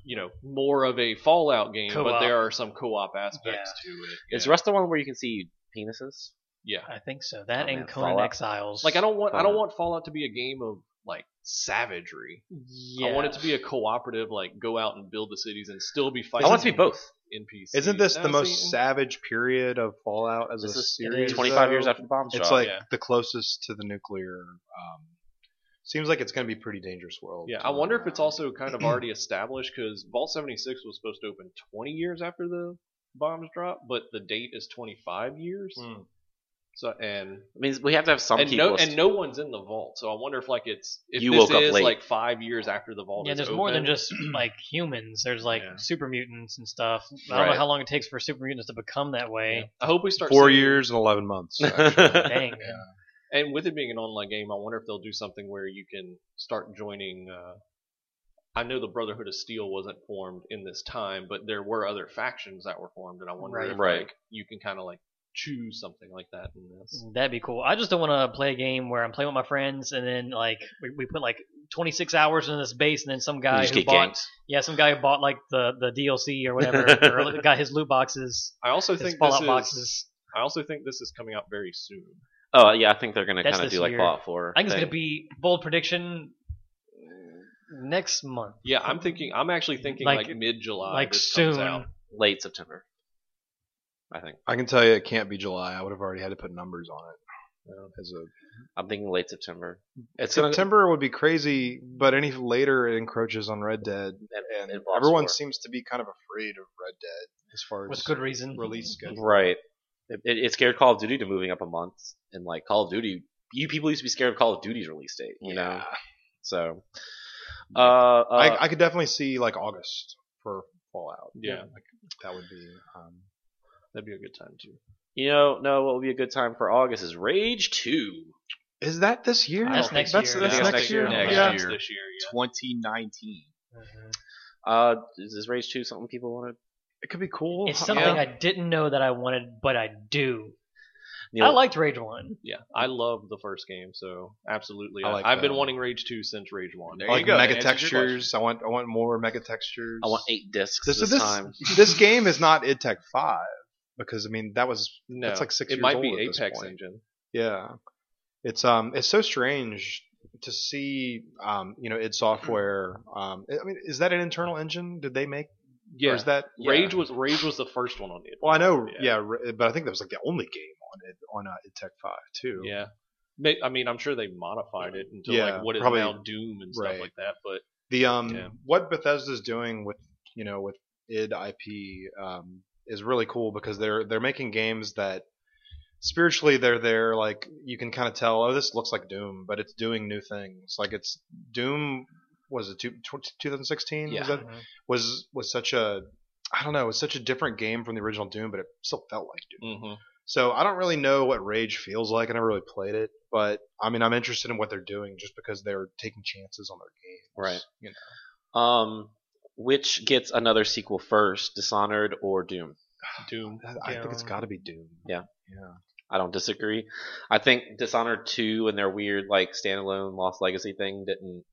S4: you know, more of a Fallout game, but
S5: Co-op.
S4: there are some co-op aspects to it.
S1: Is
S4: Yeah.
S1: Rust the one where you can see penises?
S4: Yeah.
S5: I think so. That
S1: Oh, man,
S5: and Conan
S1: Fallout.
S5: Exiles.
S4: Like I don't want. I
S1: Fallout.
S4: don't want Fallout to be a game of like savagery.
S5: Yeah.
S4: I want it to be a cooperative, like go out and build the cities and still be
S1: I
S4: fighting.
S1: want it to be both.
S4: in peace.
S2: Isn't this the most savage period of Fallout as
S1: This
S2: a
S1: is
S2: series?
S1: 25 years
S2: though?
S1: after the bomb
S2: It's
S1: drop.
S2: like
S4: yeah.
S2: the closest to the nuclear. Um, seems like it's going to be a pretty dangerous world.
S4: Yeah, I wonder if it's also kind of already established because Vault 76 was supposed to open 20 years after the bombs drop, but the date is 25 years.
S2: Hmm.
S4: So and
S1: I mean, we have to have some
S4: and
S1: people.
S4: no and no one's in the vault, so I wonder if like it's if
S1: You
S4: this
S1: woke up
S4: is
S1: late.
S4: like five years after the vault.
S5: Yeah,
S4: is
S5: there's more than
S4: open.
S5: just like humans. There's like
S4: Yeah.
S5: super mutants and stuff. I don't
S1: Right.
S5: know how long it takes for super mutants to become that way.
S4: I hope we start
S2: four
S4: seeing-
S2: years and eleven months.
S5: Dang.
S4: And with it being an online game, I wonder if they'll do something where you can start joining. Uh, I know the Brotherhood of Steel wasn't formed in this time, but there were other factions that were formed, and I wonder
S5: Right.
S4: if
S1: Right.
S4: like you can kind of like choose something like that in this.
S5: That'd be cool. I just don't want to play a game where I'm playing with my friends and then like we, we put like 26 hours into this base and then some guy
S1: just
S5: who
S1: get
S5: bought
S1: ganked.
S5: yeah some guy who bought like the, the DLC or whatever or got his loot boxes
S4: I also
S5: his
S4: think
S5: Fallout
S4: this is.
S5: boxes.
S4: I also think this is coming out very soon.
S1: Oh yeah, I think they're gonna
S5: That's
S1: kind of
S5: this
S1: do like
S5: year.
S1: Fallout 4.
S5: I think it's
S1: thing.
S5: gonna be bold prediction next month,
S4: Yeah, I'm thinking. I'm actually thinking like,
S5: Mm. Like-
S4: mid July.
S5: like
S4: this
S5: soon.
S4: comes out.
S1: late September. I think
S2: I can tell you, it can't be July. I would have already had to put numbers on it. As a
S1: I'm thinking late September. It's gonna-
S2: September would be crazy, but any later it encroaches on Red Dead,
S1: and
S2: and
S1: involves
S2: everyone
S1: war.
S2: seems to be kind of afraid of Red Dead as far as
S5: with good reason.
S2: release schedule.
S1: Right. It, it, it scared Call of Duty to moving up a month, and like Call of Duty, you people used to be scared of Call of Duty's release date, you know. So, uh, uh,
S2: I, I could definitely see like August for Fallout.
S4: Yeah.
S2: like, that would be. Um,
S4: That'd be a good time too.
S1: you know, no, what would be a good time for August is Rage Two.
S2: is that this year?
S5: I don't That's think next
S2: That's,
S5: so. year.
S2: that's
S1: Yeah,
S2: next,
S1: next
S2: year.
S1: year.
S2: Yeah.
S3: year.
S4: This year, yeah.
S3: 2019.
S5: Mhm.
S1: Uh, is, is Rage Two something people want to?
S2: It could be cool.
S5: It's something I didn't know that I wanted, but I do.
S1: Neil,
S5: I liked Rage One.
S4: Yeah, I love the first game, so absolutely.
S2: I
S4: I
S2: like
S4: have been
S2: that.
S4: wanting Rage Two since Rage One.
S2: I
S3: There
S2: like
S3: you go.
S2: mega
S3: That answers your
S2: textures. I want. I want more mega textures.
S1: I want eight discs
S2: This,
S1: this,
S2: this,
S1: time.
S2: this game is not id Tech Five because I mean that was
S4: No,
S2: That's like six
S4: It
S2: years
S4: might
S2: old
S4: be
S2: at this
S4: Apex
S2: point.
S4: Engine.
S2: yeah. It's um it's so strange to see, um, you know, id Software. Um, I mean, is that an internal engine? Did they make? Or is that
S4: Rage was Rage was the first one on it.
S2: Well, I know,
S4: Yeah.
S2: yeah, Ra- but I think that was like the only game on it on uh, id Tech Five too.
S4: Yeah. May- I mean, I'm sure they modified it into
S2: Yeah,
S4: like what is
S2: probably-
S4: now Doom and stuff
S2: right.
S4: like that. But
S2: The um,
S4: Yeah.
S2: what Bethesda's doing with you know with id IP um, is really cool because they're they're making games that spiritually they're there like you can kind of tell oh this looks like Doom but it's doing new things like it's Doom was it two- tw- 2016
S4: Yeah.
S2: was, that, was was such a I don't know it's such a different game from the original Doom but it still felt like Doom
S4: mhm.
S2: so I don't really know what Rage feels like I never really played it but I mean I'm interested in what they're doing just because they're taking chances on their games
S1: Right.
S2: you know
S1: Um, which gets another sequel first, Dishonored or Doom?
S4: Doom.
S2: I think it's
S5: Doom.
S2: got to be Doom.
S1: Yeah.
S2: Yeah.
S1: I don't disagree. I think Dishonored 2 and their weird like standalone Lost Legacy thing didn't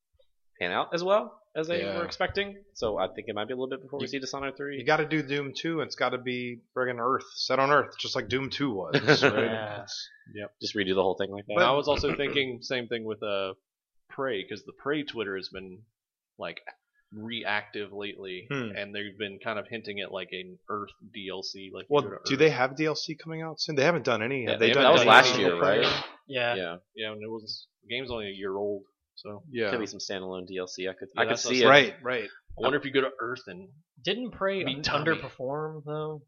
S1: pan out as well as they
S2: Yeah.
S1: were expecting. So I think it might be a little bit before we see Dishonored 3.
S2: You got to do Doom 2, and it's got to be friggin' Earth, set on Earth, just like Doom 2 was. right?
S5: Yeah.
S1: Just redo the whole thing like that.
S4: And I was also thinking same thing with uh, Prey because the Prey Twitter has been like reactive lately,
S2: Hmm.
S4: and they've been kind of hinting at like an Earth DLC. Like, you
S2: Well,
S4: go to
S2: do
S4: Earth.
S2: they have DLC coming out soon? They haven't done any.
S4: Yeah,
S2: have
S4: they
S2: they
S1: that was
S2: done
S4: haven't
S2: any
S4: done
S1: last
S2: single
S1: year,
S2: player?
S1: right?
S5: Yeah.
S1: Yeah.
S4: Yeah, and it was the game's only a year old, so
S2: Yeah.
S1: Could be some standalone DLC. I could
S4: Yeah,
S1: I could
S4: that's
S1: see
S4: what's-
S1: it.
S2: Right, right.
S4: I wonder if you go to Earth and
S5: Didn't Prey
S4: Meet
S5: un-
S4: Tommy.
S5: underperform though?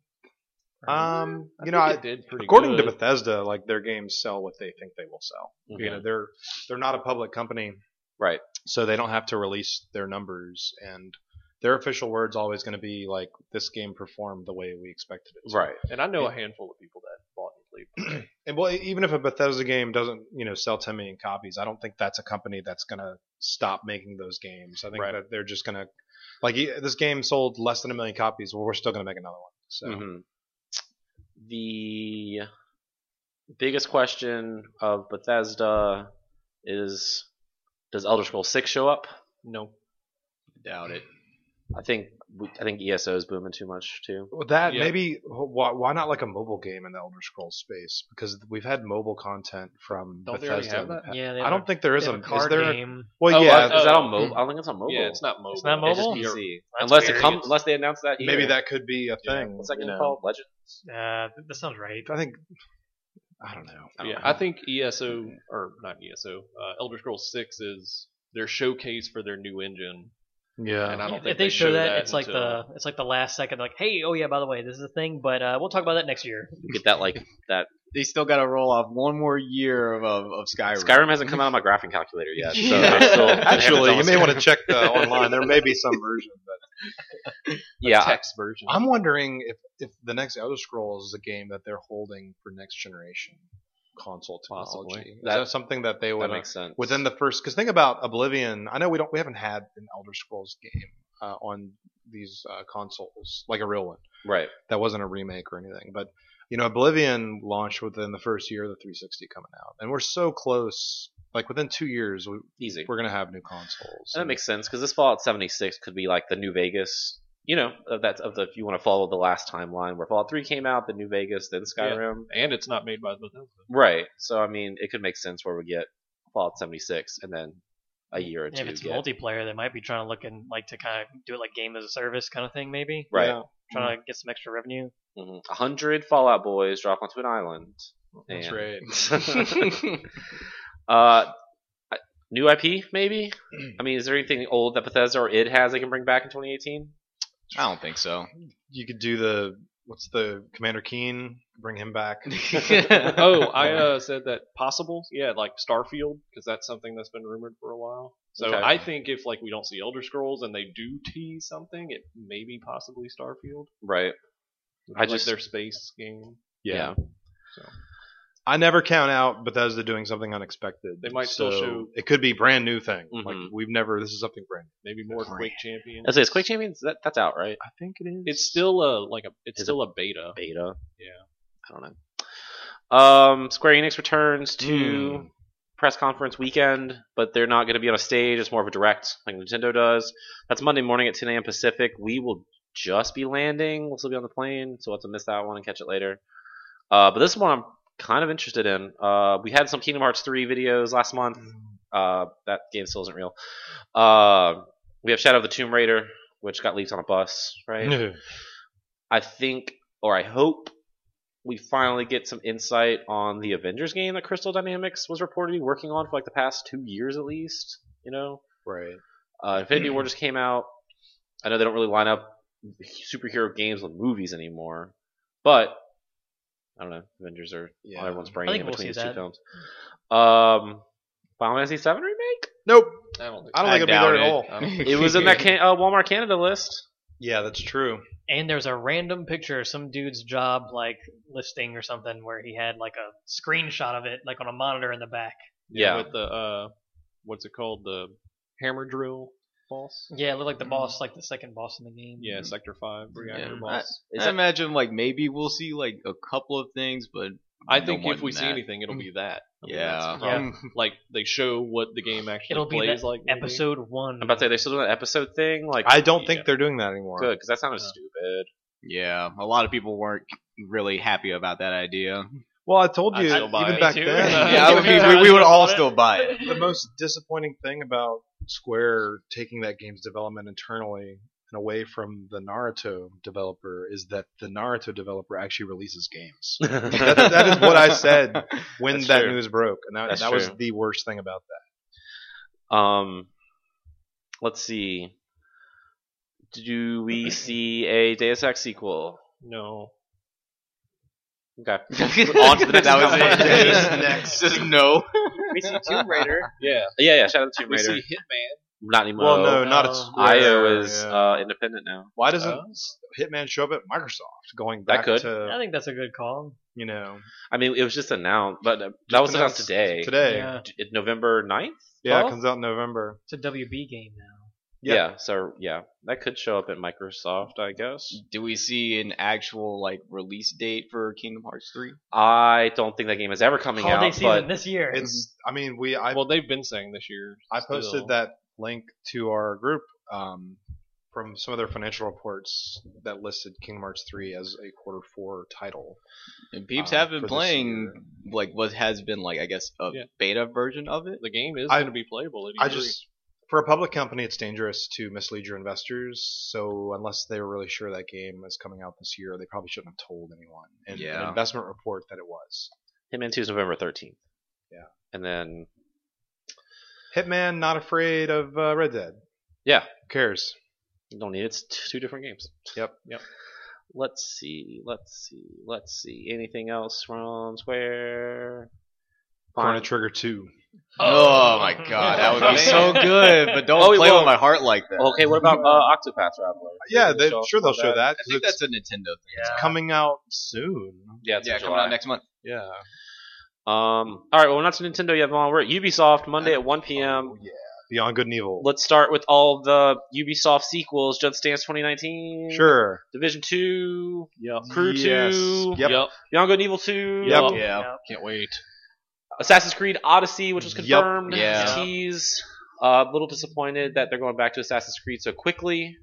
S5: Or-
S2: Um,
S4: I
S2: you
S4: think
S2: know, I,
S4: it did pretty
S2: according
S4: good.
S2: to Bethesda, like their games sell what they think they will sell.
S1: Mhm.
S2: You know, they're they're not a public company,
S1: Right.
S2: so they don't have to release their numbers, and their official word's always going to be like, "This game performed the way we expected it." to.
S1: Right.
S4: and I know a handful of people that bought and played
S2: And well, e-, even if a Bethesda game doesn't, you know, sell 10 million copies, I don't think that's a company that's going to stop making those games. I think
S4: Right.
S2: that they're just going to, like, e- this game sold less than a million copies. Well, we're still going to make another one. So
S4: Mm-hmm.
S1: Mhm. The biggest question of Bethesda is does Elder Scrolls 6 show up?
S4: No,
S3: Doubt it.
S1: I think we- I think ESO is booming too much too.
S2: Well, that
S4: Yeah.
S2: maybe why, why not like a mobile game in the Elder Scrolls space? Because we've had mobile content from
S4: Don't they
S2: Bethesda.
S4: already have
S2: in the
S4: that?
S2: past.
S5: yeah. They
S2: I don't think there
S5: There
S2: is
S5: is
S2: a,
S5: a card
S2: is there?
S5: game.
S2: Well,
S4: Oh,
S2: yeah,
S4: I-
S1: is that
S4: oh,
S1: on mobile? I don't think it's on mobile.
S4: yeah, it's E not mobile.
S5: It's not
S1: It's
S5: mobile?
S1: just PC.
S4: That's
S1: Unless it
S4: weird.
S1: comes, unless they announce
S4: Oh,
S1: that.
S2: maybe
S1: here.
S2: that could be a thing.
S1: What's that
S2: you
S1: game
S2: know?
S1: called? Legend.
S5: Uh, that sounds right.
S2: I think I don't know.
S1: I don't
S4: Yeah,
S1: know.
S4: I think ESO or not ESO, uh, Elder Scrolls Six is their showcase for their new engine,
S2: Yeah,
S4: and I don't
S5: if
S4: think
S5: they, show that, it's like
S4: until-
S5: the it's like the last second. Like, hey, oh yeah, by the way, this is a thing, but uh, we'll talk about that next year.
S1: Get that like that.
S3: They still got to roll off one more year of of, of Skyrim.
S1: Skyrim hasn't come out on my graphing calculator yet. So
S4: Yeah.
S1: they're still-
S2: Actually, you
S1: Amazon's-
S2: may want to check the online. There may be some version, but
S1: Yeah, I-
S4: text version.
S2: I'm wondering if if the next Elder Scrolls is a game that they're holding for next generation console technology.
S4: Possibly.
S2: Is
S1: That-
S2: that something that they would
S1: that makes sense.
S2: within the first? Because think about Oblivion. I know we don't we haven't had an Elder Scrolls game uh, on these uh, consoles like a real one
S1: right.
S2: that wasn't a remake or anything, but. You know, Oblivion launched within the first year of the 360 coming out, and we're so close. Like within two years, we,
S1: Easy.
S2: we're gonna have new consoles.
S1: And that makes sense because this Fallout 76 could be like the New Vegas, you know, of that of the if you want to follow the last timeline where Fallout 3 came out, then New Vegas, then Skyrim.
S4: and it's not made by Bethesda.
S1: Right. So I mean, it could make sense where we get Fallout 76 and then a year or
S5: And
S1: two.
S5: if it's
S1: get-
S5: multiplayer, they might be trying to look and like to kind of do it like game as a service kind of thing, maybe
S1: right.
S2: Yeah.
S5: trying to get some extra revenue.
S1: Mhm. A hundred Fallout boys drop onto an island.
S2: That's
S1: and-
S2: right.
S1: uh, I- new IP maybe. I mean, is there anything old that Bethesda or id has they can bring back in 2018?
S3: I don't think so.
S2: you could do the what's the Commander Keen? Bring him back.
S4: oh, I uh, said that possible. Yeah, like Starfield, because that's something that's been rumored for a while. So
S1: Okay.
S4: I think if like we don't see Elder Scrolls and they do tease something, it may be possibly Starfield.
S1: Right. I
S4: like
S1: just-
S4: their space game.
S1: Yeah.
S2: I never count out Bethesda doing something unexpected.
S4: They might still Mm-hmm.
S2: So
S4: show-
S2: It could be brand new thing. Like
S1: Mhm.
S2: we've never. This is something brand.
S4: Maybe more
S2: Right.
S4: Quake Champions.
S1: I say, is Quake Champions that, that's out right?
S2: new. I think it is.
S4: It's still a like a it's
S1: Is
S4: still a beta.
S1: Beta.
S4: Yeah.
S1: I don't know. Um, Square Enix returns to
S4: Hmm.
S1: press conference weekend, but they're not going to be on a stage. It's more of a direct, like Nintendo does. That's Monday morning at 10 a.m. Pacific. We will just be landing. We'll still be on the plane, so we'll have to miss that one and catch it later.
S4: Hmm.
S1: Uh, but this one I'm kind of interested in. Uh, we had some Kingdom Hearts 3 videos last month. Uh, that game still isn't real. Uh, we have Shadow of the Tomb Raider, which got leaked on a bus, right? I think, or I hope, we finally get some insight on the Avengers game that Crystal Dynamics was reportedly working on for like the past two years at least. You know,
S2: Right.
S1: uh, Infinity
S2: Mm-hmm.
S1: War just came out. I know they don't really line up superhero games with movies anymore, but I don't know. Avengers are
S2: Yeah.
S1: on everyone's brain
S5: think
S1: in
S5: we'll
S1: between
S5: see
S1: these two
S5: that.
S1: films. Um, Final Fantasy VII remake.
S2: Nope.
S4: I don't think
S2: I don't
S3: I
S2: think it'll be there at
S3: doubt
S2: all.
S4: I don't
S1: It was in that can- uh, Walmart Canada list.
S2: Yeah, that's true.
S5: And there's a random picture of some dude's job like listing or something where he had like a screenshot of it like on a monitor in the back.
S1: Yeah.
S4: With the uh, what's it called? The hammer drill boss.
S5: Yeah, it looked like the
S1: Mm.
S5: boss, like the second boss in the game.
S4: Yeah, Sector Five reactor
S3: Yeah.
S4: boss.
S1: Is
S3: I
S1: that-
S3: imagine like maybe we'll see like a couple of things, but
S4: I
S3: no
S4: think
S3: more
S4: if we
S3: than
S4: see
S3: that.
S4: anything, Mm. it'll be that. I mean, that's
S3: Yeah.
S4: probably-
S2: Um,
S4: Like they show what the game actually
S5: It'll be
S4: plays
S5: that
S4: like. maybe.
S5: Episode one.
S1: I'm about to say they're still doing that episode thing. Like
S2: I don't think
S4: Yeah.
S2: they're doing that anymore.
S1: good because that sounded
S4: Yeah.
S1: stupid.
S3: yeah, a lot of people weren't really happy about that idea.
S2: Well, I told
S4: I'd
S2: you
S4: still
S2: even
S4: buy it.
S2: back
S5: Me too.
S2: then.
S3: yeah, I would be, we, we would all still buy it.
S2: the most disappointing thing about Square taking that game's development internally and away from the Naruto developer is that the Naruto developer actually releases games. That, that is what I said when
S1: That's
S2: that
S1: true.
S2: news broke, and that,
S1: That's
S2: that was
S1: true.
S2: the worst thing about that.
S1: Um, let's see. Do we see a Deus Ex sequel?
S4: No.
S1: Okay.
S3: On to the next
S1: That was
S3: one.
S1: it.
S3: Just next, just no.
S1: We see Tomb Raider.
S4: Yeah.
S1: Yeah, yeah. Shout out to Tomb
S4: We
S1: Raider.
S4: see Hitman.
S1: Not anymore.
S2: Well, no, not
S5: no.
S2: at Square.
S1: IO is
S2: yeah.
S1: uh, independent now.
S2: Why doesn't
S4: uh,
S2: Hitman show up at Microsoft? Going
S1: That
S2: back
S1: could.
S5: I
S2: to
S5: think that's a good call.
S2: you know
S1: I mean, it was just announced, but uh, that was announced today.
S2: Today, yeah,
S5: Yeah,
S1: D- November 9th?
S2: it
S1: 12th?
S2: comes out in November.
S5: it's a WB game now.
S1: Yeah.
S2: Yeah.
S1: So yeah, that could show up at
S2: uh,
S1: Microsoft, I guess.
S3: Do we see an actual like release date for Kingdom Hearts three?
S1: I don't think that game is ever coming
S5: Holiday
S1: out.
S5: season
S1: But
S5: this year.
S2: It's
S3: mm-hmm.
S2: I mean we I
S4: well, they've been saying this year.
S2: I posted
S4: still.
S2: that link to our group um, from some of their financial reports that listed Kingdom Hearts 3 as a quarter four title.
S3: And peeps
S2: Uh,
S3: have
S2: for
S3: been
S2: this
S3: playing
S2: year.
S3: like what has been like I guess a
S4: Yeah.
S3: beta version of it.
S4: the game is
S2: I-
S4: going to be playable. At
S2: I
S4: E3.
S2: just for a public company, it's dangerous to mislead your investors. So unless they were really sure that game is coming out this year, they probably shouldn't have told anyone in an
S3: Yeah.
S2: investment report that it was.
S1: Hitman 2 is November 13th.
S2: Yeah.
S1: And then
S2: Hitman, not afraid of uh, Red Dead.
S1: Yeah.
S2: Who cares?
S1: you don't need it. It's t- two different games.
S2: Yep. Yep.
S1: Let's see. Let's see. Let's see. Anything else from Square?
S2: Chrono Trigger 2.
S3: Oh, my god, that would be so good. But don't
S1: Oh,
S3: play
S1: well-
S3: with my heart like that.
S1: Okay, what about uh, Octopath Traveler?
S2: Yeah,
S1: They
S2: they,
S1: show
S2: sure they'll show that.
S3: I think that's a Nintendo thing.
S2: it's coming out soon.
S1: Yeah, it's in
S3: yeah, coming
S1: July.
S3: out next month.
S2: Yeah.
S1: Um, all right, well, we're not to Nintendo yet, Vaughn. We're at Ubisoft Monday at 1 p.m.
S2: Oh, yeah. Beyond Good and Evil.
S1: Let's start with all the Ubisoft sequels. Just Dance 2019.
S2: Sure.
S1: Division 2.
S4: Yep.
S1: Crew
S2: Yes.
S1: 2.
S2: Yep.
S1: Beyond Good and Evil 2.
S2: Yep.
S5: Oh,
S3: Yeah.
S4: Can't wait.
S1: Assassin's Creed Odyssey, which was
S2: Yup.
S1: confirmed.
S3: Yeah.
S1: as a Tease. Uh, a little disappointed that they're going back to Assassin's Creed so quickly.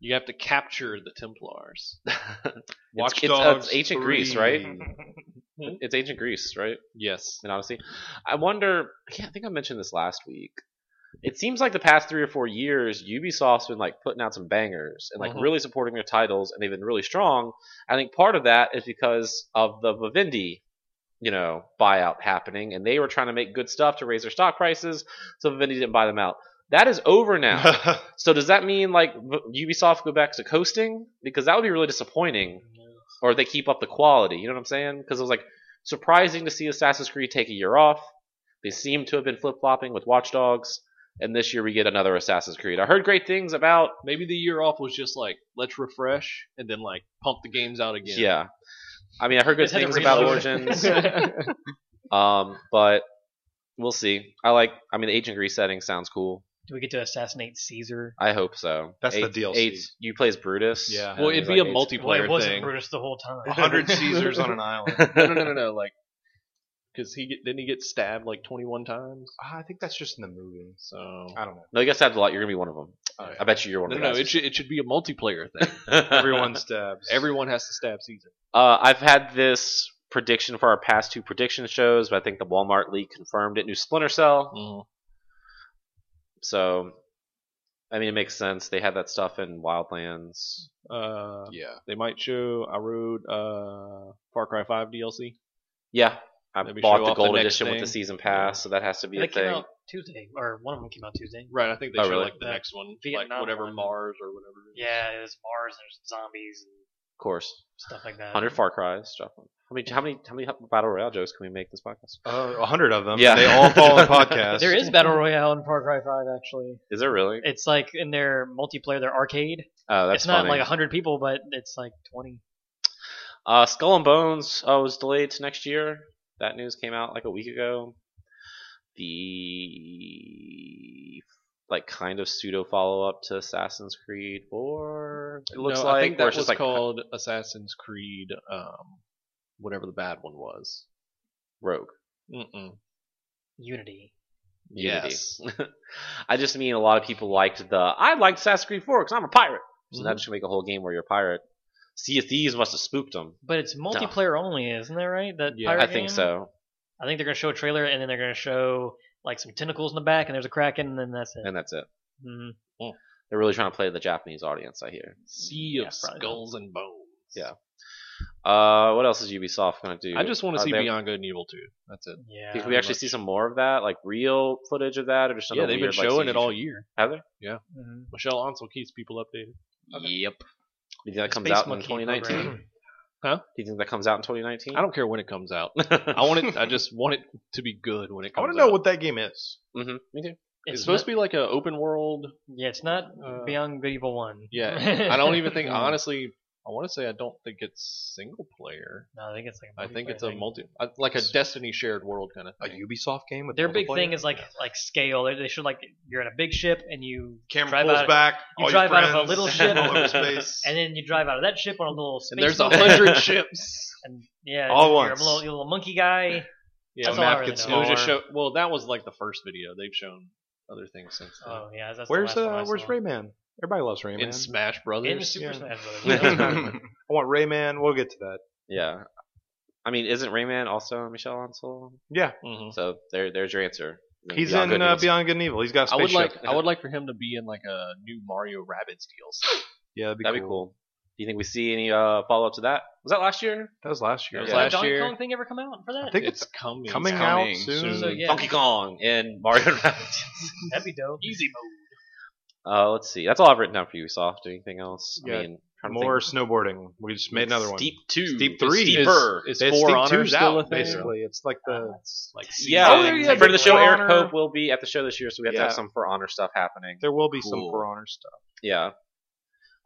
S4: You have to capture the Templars.
S1: It's-
S2: Watch
S1: it's, uh,
S2: Dogs
S1: it's ancient
S2: 3.
S1: Greece, right?
S2: Hmm.
S1: It's ancient Greece, right?
S4: Yes.
S1: And honestly, I wonder. I can't I think I mentioned this last week. It seems like the past three or four years, Ubisoft's been like putting out some bangers and like
S4: Mhm.
S1: really supporting their titles, and they've been really strong. I think part of that is because of the Vivendi, you know, buyout happening, and they were trying to make good stuff to raise their stock prices, so Vivendi didn't buy them out. That is over now. so does that mean like V- Ubisoft go back to coasting? Because that would be really disappointing or they keep up the quality. You know what I'm saying? Because it was like surprising to see Assassin's Creed take a year off. They seem to have been flip flopping with Watch Dogs, and this year we get another Assassin's Creed. I heard great things about.
S4: Maybe the year off was just like let's refresh and then like pump the games out
S1: Yeah.
S4: again.
S1: I mean, I heard good
S5: Just had to
S1: things about
S5: reload.
S1: Origins, um, but we'll see. I like. I mean, the Agent Grease setting sounds cool.
S5: Do we get to assassinate Caesar?
S1: I hope so.
S2: That's the DLC.
S1: you play as Brutus.
S2: Yeah.
S1: and
S4: Well,
S1: he's
S4: it'd be
S1: like
S4: a
S1: eight-
S5: Well,
S4: multiplayer
S5: it wasn't
S4: thing.
S5: Brutus the whole time.
S2: 100 Caesars on an island.
S4: no, no, no, no, no. Like, because he get, didn't he get stabbed like 21 times.
S2: Ah, I think that's just in the movie.
S4: So
S2: I don't know.
S1: No, you guys have a lot. You're gonna be one of them.
S2: Oh, yeah.
S1: I bet you you're one
S4: no,
S1: of
S4: no,
S1: them.
S4: no, it should it should be a multiplayer thing.
S2: Everyone stabs.
S4: Everyone has to stab Caesar.
S1: Uh, I've had this prediction for our past two prediction shows, but I think the Walmart leak confirmed it. New Splinter Cell. So, I mean, it makes sense. They had that stuff in Wildlands.
S4: Uh,
S3: Yeah.
S4: They might show I rode uh, Far Cry 5 DLC.
S1: Yeah, I
S4: Maybe show
S1: bought the
S4: off the
S1: gold
S4: next
S1: edition with the
S4: thing.
S1: season pass, so that has to be
S5: They
S1: a
S5: came
S1: thing.
S5: out Tuesday, or one of them came out Tuesday.
S4: Right, I think they
S1: Oh,
S4: show
S1: really?
S4: like the
S5: Yeah.
S4: next one,
S5: Vietnam
S4: like whatever
S5: one.
S4: Mars or whatever. it is.
S5: Yeah, it was Mars. There's zombies and
S1: Of course,
S5: stuff like that.
S1: hundred Far Cries. Drop one. How many? How many? How many battle royale jokes can we make this podcast?
S2: Uh, a hundred of them.
S1: Yeah.
S2: They all fall in podcasts.
S5: There is battle royale in Far Cry 5 actually.
S1: Is there really?
S5: It's like in their multiplayer, their arcade.
S1: Oh, that's
S5: it's not
S1: funny.
S5: like hundred people, but it's like twenty.
S1: Uh, Skull and Bones uh, was delayed to next year. That news came out like a week ago. The like kind of pseudo follow up to Assassin's Creed War. It looks
S4: No,
S1: like
S4: I think
S1: where
S4: that
S1: it's
S4: was
S1: just like
S4: called Assassin's Creed, um, whatever the bad one was.
S1: Rogue.
S4: Mm-mm.
S5: Unity.
S1: Unity.
S4: Yes.
S1: I just mean a lot of people liked the I liked Assassin's Creed 4 because I'm a pirate. So
S4: Mhm.
S1: that's gonna make a whole game where you're a pirate. Sea of Thieves must have spooked them.
S5: But it's multiplayer only, isn't that right? That
S4: Yeah.
S5: pirate
S1: I think
S5: game?
S1: so.
S5: I think they're gonna show a trailer and then they're gonna show like some tentacles in the back and there's a kraken and then that's it.
S1: And that's it.
S5: Mhm.
S1: They're really trying to play to the Japanese audience, I hear.
S4: sea of
S5: Yeah, probably.
S4: Skulls and Bones.
S1: Yeah. Uh, what else is Ubisoft gonna do?
S4: I just want
S1: Are
S4: to see
S1: they-
S4: Beyond Good and Evil 2. That's it.
S5: Yeah.
S1: Did
S4: Think
S1: we actually see some more of that, like real footage of that, or just
S4: Yeah,
S1: another
S4: they've
S1: weird,
S4: been
S1: like,
S4: showing
S1: CG
S4: it all year.
S1: Have they?
S5: Mhm.
S4: Michelle Ansel keeps people updated.
S1: Yep. Do you think that
S5: The
S1: comes
S5: Space
S1: out in
S5: Monkey
S1: 2019?
S5: program.
S4: Huh?
S1: Do you think that comes out in 2019?
S4: I don't care when it comes out.
S1: don't.
S4: I want it. I just want it to be good when it
S2: I
S4: comes.
S2: want to know
S4: out.
S2: what that game is.
S1: hmm Me too.
S4: it's,
S5: It's
S4: supposed
S5: not-
S4: to be like an open world.
S5: Yeah, it's not
S4: Uh,
S5: Beyond Good Evil One.
S4: yeah, I don't even think
S5: Mm.
S4: honestly. I want to say I don't think it's single player.
S5: No, I think it's like.
S4: I think
S5: multiplayer
S4: it's a
S5: thing.
S4: multi, uh, like a Destiny shared world kind of
S2: A
S4: thing.
S2: Ubisoft game with
S5: Their big
S2: multiplayer?
S5: thing is like like scale. They, they should like you're in a big ship and you
S2: camera
S5: drive
S2: pulls
S5: out,
S2: back.
S5: you
S2: all your
S5: drive out of a
S2: friends,
S5: little
S1: ship.
S2: all over space.
S5: and then you drive out of that ship on a little. Space
S4: and there's a
S5: monkey.
S4: hundred ships.
S5: And yeah,
S2: All
S5: you're
S2: once.
S5: a little, you're a little monkey guy.
S4: Yeah,
S5: That's
S4: a
S5: all I
S4: map
S5: really
S4: gets
S5: know.
S4: smaller. It was just show- well, that was like the first video. They've shown other things since then.
S5: Oh yeah, that's
S2: where's
S5: the last one
S2: uh,
S5: I
S2: where's
S5: saw.
S2: Rayman? Everybody loves Rayman.
S4: In Smash
S5: In
S4: Brothers,
S5: Super
S2: yeah.
S5: Smash Brothers.
S2: I want Rayman. We'll get to that.
S1: Yeah. I mean, isn't Rayman also Michelle Ansel?
S4: Mhm.
S1: So there, there's your answer.
S2: He's
S1: Beyond
S2: in
S1: Good and
S2: uh,
S1: Evil.
S2: Beyond Good and Evil. He's got a
S4: I
S2: spaceship.
S4: would like I would like for him to be in like a new Mario Rabbids DLC.
S2: yeah, that'd be,
S1: That'd be
S2: cool.
S1: cool. Do you think we see any uh, follow up to that? Was that last year?
S2: That was last year.
S4: That
S5: Did
S4: was
S5: the
S4: last
S5: Donkey
S4: year.
S5: Kong thing ever come out for that?
S2: I think
S4: it's
S2: it's
S4: coming
S2: coming,
S4: soon.
S2: out
S3: coming
S2: soon.
S5: so. Yeah,
S1: Donkey Kong and Mario. Rabbids.
S5: that'd be dope.
S4: Easy mode.
S1: uh, let's see. That's all I've written down for Ubisoft. Anything else?
S2: Yeah.
S1: I mean, trying to
S2: More
S1: think.
S2: snowboarding. We just made another one.
S1: Steep two.
S2: Steep three.
S1: It's steeper.
S4: Is,
S2: It's
S4: is four
S2: Steep
S4: honors
S2: Two's
S4: still
S2: out,
S4: a thing?
S2: Basically, it's like the
S4: Like
S1: Yeah,
S2: Oh,
S1: and
S2: yeah,
S1: for
S2: the
S1: the show,
S2: For
S1: Eric
S2: Honor.
S1: Pope will be at the show this year, so we have to
S2: Yeah.
S1: have some for honor stuff happening.
S2: there will be some
S3: Cool.
S2: for honor stuff.
S1: Yeah,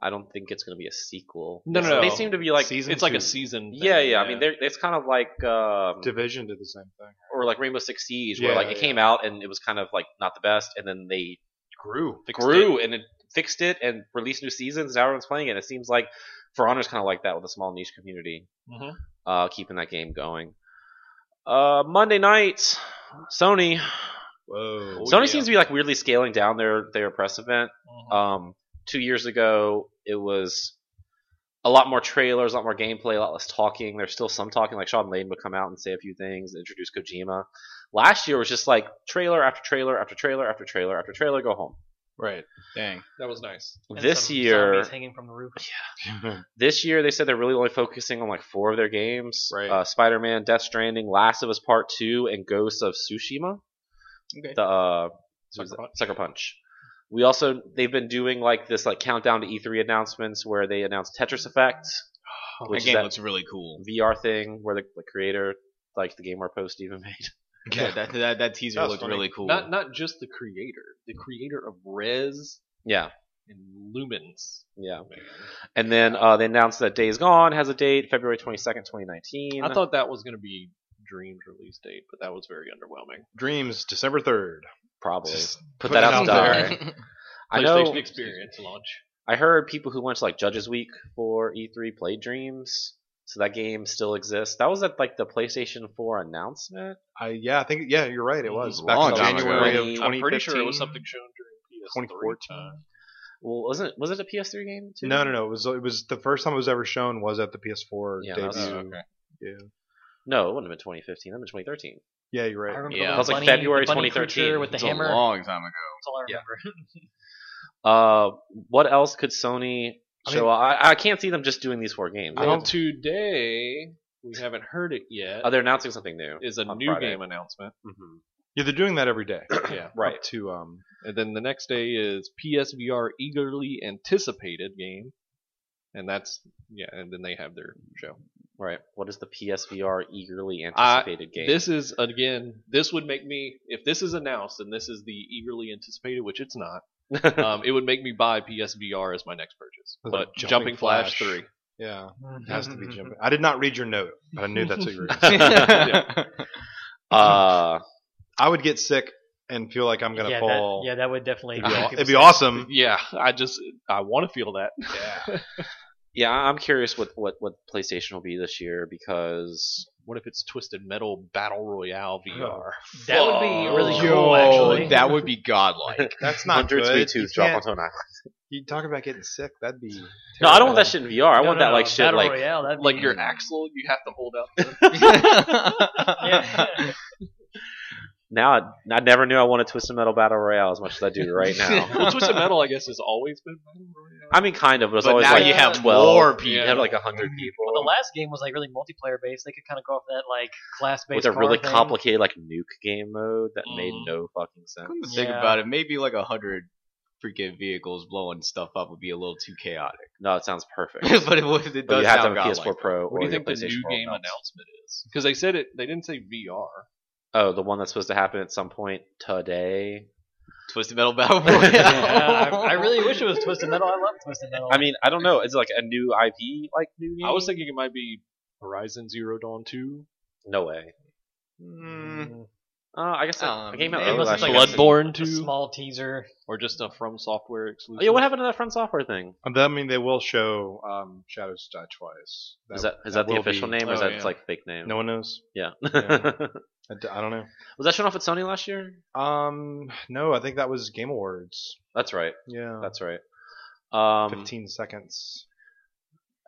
S1: I don't think it's going to be a sequel.
S4: No,
S1: They-
S4: no, no.
S1: They seem to be like
S2: Season
S4: it's like
S2: two.
S4: a season. Thing,
S1: Yeah, yeah, I mean, they're, it's kind of like um,
S2: Division did the same thing.
S1: or like Rainbow Six Siege, where
S2: Yeah,
S1: like it
S2: yeah.
S1: came out and it was kind of like not the best, and then they
S2: Grew.
S1: grew and it fixed it and released new seasons. And now everyone's playing it. And it seems like For Honor's kind of like that with a small niche community,
S4: Mhm.
S1: uh, keeping that game going. Uh, Monday night, Sony.
S2: Whoa.
S5: Oh,
S1: Sony seems to be like weirdly scaling down their their press event.
S4: Mhm.
S5: Uh-huh.
S1: Um, two years ago, it was a lot more trailers, a lot more gameplay, a lot less talking. There's still some talking. Like Sean Layden would come out and say a few things, introduce Kojima. Last year was just like trailer after trailer after trailer after trailer after trailer. Go home.
S2: Right.
S3: Dang.
S4: that was nice.
S5: And
S1: this
S5: some
S1: year,
S5: zombies hanging from the roof.
S1: this year they said they're really only focusing on like four of their games:
S2: Right.
S1: uh, Spider-Man, Death Stranding, Last of Us Part Two, and Ghosts of Tsushima.
S3: Okay.
S1: The uh,
S4: Sucker
S1: Sucker Punch.
S4: Punch.
S1: We also they've been doing like this like countdown to E3 announcements where they announce Tetris Effect,
S3: That
S1: which is
S3: game
S1: that
S3: looks really cool.
S1: VR thing where the, the creator like the game where Post even made.
S3: Yeah, that, that, that teaser
S2: That's
S3: looked
S2: funny.
S3: really cool.
S4: Not not just the creator, the creator of Res
S1: Yeah,
S4: and Lumens.
S1: yeah. And then uh, they announced that Days Gone has a date, February twenty second, twenty nineteen.
S4: I thought that was gonna be Dream's release date, but that was very underwhelming.
S2: Dreams, December third.
S1: probably
S2: Just
S1: put
S2: put
S1: that
S2: it
S1: out to
S2: out
S1: die. I know.
S4: PlayStation Experience launch.
S1: I heard people who went to like Judges Week for E3 played Dreams, so that game still exists. That was at like the PlayStation 4 announcement.
S2: I yeah, I think yeah, you're right. It was
S3: Mm,
S2: back
S3: long
S2: in
S3: time
S2: January
S1: ago.
S2: of
S1: I'm
S2: 2015.
S4: I'm pretty sure it was something shown during PS3
S2: 2014.
S4: time.
S1: Well, wasn't was it a PS3 game? Too?
S2: No, no, no. It was it was the first time it was ever shown was at the PS4
S1: Yeah,
S2: debut.
S1: that's-
S4: Oh, okay.
S2: Yeah.
S1: no. It wouldn't have been 2015. That would have been 2013.
S2: Yeah, you're
S5: I
S2: right.
S5: remember
S3: Yeah.
S5: the
S3: That was,
S1: like,
S5: bunny-
S1: February
S5: the bunny
S1: 2013.
S5: creature with the
S3: It's
S5: hammer.
S3: a long time ago.
S5: That's all I
S1: Yeah.
S5: remember.
S1: Uh, what else could Sony
S2: I
S1: show? I, I can't see them just doing these four games.
S4: Well, today we haven't heard it yet.
S1: Oh, they're announcing something new.
S4: is a
S1: on
S4: new
S1: Friday.
S4: game announcement.
S2: Yeah, they're doing that every day.
S4: yeah.
S1: Right.
S2: Up to um,
S4: And then the next day is PSVR eagerly anticipated game. And that's yeah, and then they have their show.
S1: Right. What is the PSVR eagerly anticipated game?
S4: This is again, this would make me if this is announced and this is the eagerly anticipated, which it's not. um, it would make me buy PSVR as my next purchase.
S2: Like
S4: But
S2: Jumping
S4: Jumping, Flash,
S2: Flash.
S4: 3.
S2: yeah, it has to be jumping. I did not read your note, but I knew that's what you were.
S1: uh,
S2: I would get sick and feel like I'm gonna
S5: yeah,
S2: fall.
S5: That, yeah, that would definitely.
S2: It'd be, aw-
S5: make
S2: it'd
S5: people
S2: be awesome.
S4: Yeah, I just I want to feel that.
S1: yeah, I- I'm curious what, what, what PlayStation will be this year because
S4: What if it's Twisted Metal Battle Royale VR?
S5: sick. That would be really
S2: Yo,
S5: cool, actually.
S3: that would be godlike.
S2: That's not
S1: hundreds of
S2: good.
S1: tooth
S2: you,
S1: drop
S2: can't-
S1: onto an island.
S2: you talk about getting sick. That'd be.
S1: No, I don't want
S2: terrible.
S1: that shit in VR. I
S5: No,
S1: want
S5: no,
S1: that
S5: no,
S1: like shit
S5: Battle
S1: like
S5: Royale, that'd be-
S4: Like your axle, you have to hold up.
S5: Yeah.
S1: now. I, I never knew I wanted Twisted Metal Battle Royale as much as I do right now.
S4: well, Twisted Metal, I guess, has always been Battle Royale.
S1: I mean, kind of. It was
S3: but
S1: always
S3: now
S1: like
S3: you have
S1: 12.
S3: more people.
S1: You have like hundred people
S5: Well, the last game was like really multiplayer based. They could kind of go off that like class
S1: with
S5: based.
S1: a really
S5: thing.
S1: complicated like nuke game mode that made
S4: Mm.
S1: no fucking sense.
S3: Come to think
S5: Yeah.
S3: about it, maybe like a hundred freaking vehicles blowing stuff up would be a little too chaotic.
S1: No, it sounds perfect.
S3: but it, was- it
S1: But
S3: does
S1: you have to
S3: sound
S1: have a PS4
S3: godlike.
S1: Pro
S4: what
S1: or
S4: do you think the
S1: your
S4: new
S1: PlayStation Pro
S4: game
S1: announced.
S4: announcement is? Because they said it, they didn't say VR.
S1: Oh, the one that's supposed to happen at some point today.
S3: Twisted Metal Battle Royale.
S5: Yeah, I, I really wish it was Twisted Metal. I love Twisted Metal.
S1: I mean, I don't know. It's like a new IP, like new game.
S4: I was thinking it might be Horizon Zero Dawn Two,
S1: no way.
S5: Hmm.
S2: Mm,
S1: Uh, I guess that
S3: Um,
S1: it came out
S5: it
S1: early
S5: was
S1: last
S5: like
S1: year.
S5: a-
S4: Bloodborne
S5: a
S4: Two,
S5: small teaser.
S4: or just a From Software exclusive.
S1: Oh, Yeah, what happened to that front software thing?
S2: I mean, they will show um, Shadows Die Twice.
S1: Is that is that, the
S2: will
S1: official
S2: be-
S1: name or is
S4: oh,
S1: that
S4: yeah.
S1: just like fake name?
S2: No one knows.
S1: Yeah.
S2: Yeah. I, d- I don't know.
S1: was that shown off at Sony last year?
S2: Um, no, I think that was Game Awards.
S1: That's right.
S2: Yeah,
S1: That's right. Um,
S2: fifteen seconds.